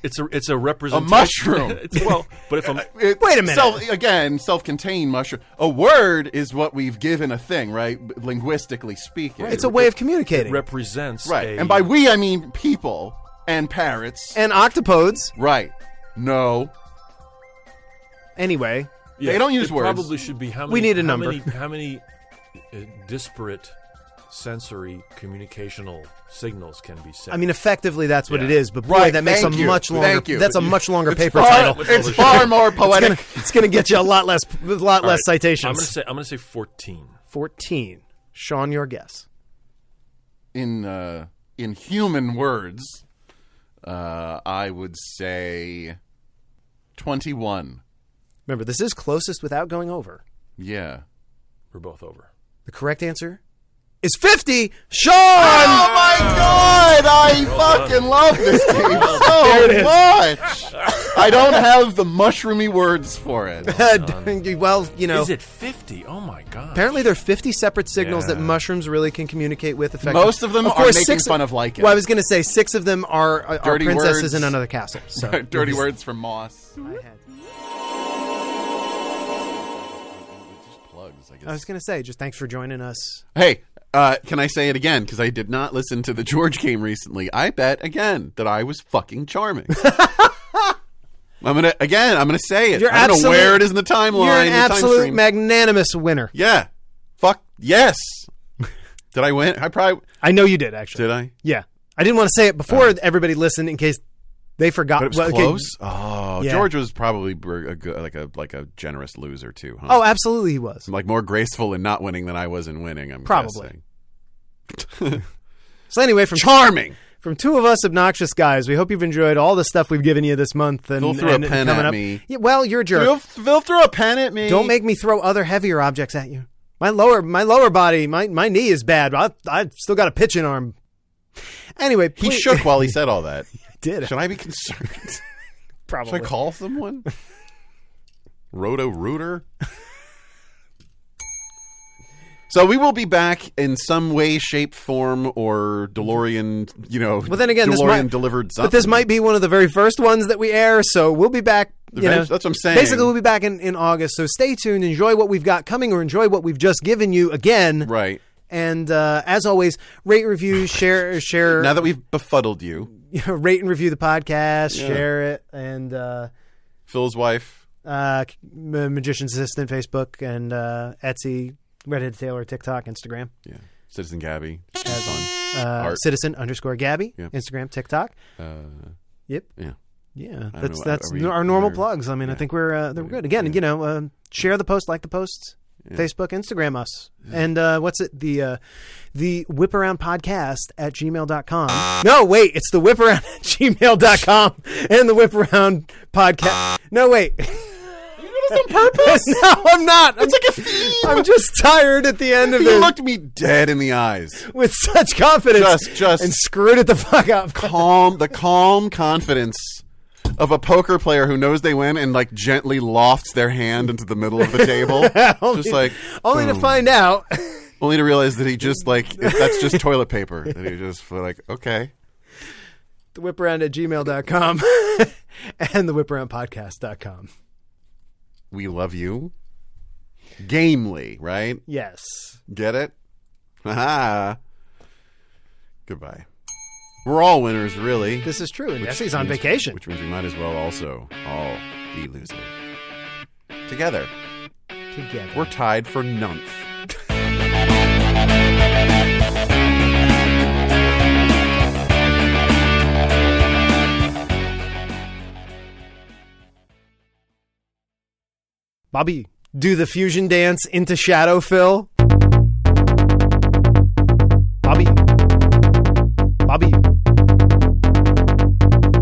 It's a it's a representation.
mushroom.
*laughs* It's- well,
*laughs*
but if I'm
It-
Wait a minute.
Self, again, self-contained mushroom. A word is what we've given a thing, right? Linguistically speaking,
It's a way of communicating.
represents
right.
a-
and by we, I mean people and parrots.
and octopodes,
right? No,
anyway,
yeah,
they don't use
it
words.
Probably should be how many?
We need a
how
number.
Many, how many uh, disparate sensory communicational signals can be sent?
I mean, effectively, that's what
Yeah.
it is. But boy,
Right,
that makes a
thank you.
much longer.
Thank you.
That's a much longer
it's
paper
far,
title.
It's far more poetic.
It's gonna, it's gonna get you a lot less, a lot less
I'm gonna
citations.
say I'm gonna say 14.
Fourteen. Sean, your guess.
in uh, in human words, uh, I would say twenty-one.
Remember, this is closest without going over.
Yeah.
We're both over.
The correct answer is fifty. Sean.
Oh my god! I fucking love this game so much. I don't have the mushroomy words for it.
*laughs* well, you know.
Is it 50? Oh my god.
Apparently, there are 50 separate signals that
Yeah.
mushrooms really can communicate with effectively.
Most of them
of
are
course,
making
six,
fun of Lycan.
Well, I was going to say six of them are, are- are
Dirty
princesses
words.
in another castle.
*laughs*
So
Dirty words from Moss. Plugs, I
I
guess.
was going to say, just thanks for joining us.
Hey, uh, can I say it again? Because I did not listen to the George game recently. I bet again that I was fucking charming. *laughs* I'm gonna again. I'm gonna say it.
You're
I don't know
absolute-
where it is in the timeline.
You're an
the time
absolute
stream.
magnanimous winner.
Yeah. Fuck yes. *laughs* did I win? I probably
I know you did, actually.
did. I. Uh-huh.
Yeah. I didn't want to say it before everybody listened in case they forgot.
But it was
Well, okay.
close. Oh,
Yeah.
George was probably br- a good, like a like a generous loser too. Huh?
Oh, absolutely, he was.
like more graceful in not winning than I was in winning. I'm
Probably.
guessing.
So, anyway, from,
charming.
from two of us obnoxious guys, we hope you've enjoyed all the stuff we've given you this month. And,
Phil threw a
and
pen
coming
at
up.
me.
Yeah, well, you're a jerk.
Phil, Phil threw a pen at me.
Don't make me throw other heavier objects at you. My lower my lower body, my, my knee is bad. I I still got a pitching arm. Anyway,
He
please-
shook while he said all that.
*laughs* did
Should I be concerned? *laughs* Should I
probably.
call
*laughs*
someone? Roto Rooter? so we will be back in some way, shape, form, or DeLorean, you know,
Well, then again,
DeLorean
this might-
delivered something.
But this might be one of the very first ones that we air, so we'll be back. You know,
That's what I'm saying.
basically, we'll be back in, in August. So stay tuned, enjoy what we've got coming, or enjoy what we've just given you again.
Right.
And uh, as always, rate,
*laughs*
review, share, share.
Now that we've befuddled you,
*laughs* rate and review the podcast, share it, and. Uh,
Phil's wife,
uh, Ma- Magician's Assistant, Facebook, and uh, Etsy, Redhead Taylor, TikTok, Instagram,
yeah, Citizen Gabby, she's on.
uh,
Art.
Citizen underscore Gabby,
Yep.
Instagram, TikTok.
Uh,
Yep.
yeah.
Yeah,
know,
that's
are-
that's
are we-
our normal
we're-
plugs. I mean, I think we're uh, they're good. Again, you know, uh, share the post, like the post, Facebook, Instagram us, and uh, what's it the uh, the whip around podcast at gmail.com. No, wait, it's the whip around *laughs* at gmail.com and the whip around podcast. No, wait. *laughs*
on purpose?
no, I'm not. I'm,
like a theme.
I'm just tired at the *laughs* end of
He
this
looked me dead in the eyes.
with such confidence
Just- just-
and screwed it the fuck up.
calm the calm confidence of a poker player who knows they win and like
*laughs*
gently lofts their hand into the middle of the table just like
only to find out *laughs*
only to realize that he just like that's just toilet paper. That he just like okay.
thewhiparound at gmail.com *laughs* and thewhiparoundpodcast.com.
we love you. Gamely, right?
Yes.
Get it? Haha. Goodbye. We're all winners, really.
This is true. And Jesse's on vacation.
Which means we might as well also all be losers. Together,
together.
we're tied for ninth.
Bobby, do the fusion dance into shadow, Phil. Bobby. Bobby.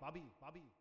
Bobby, Bobby.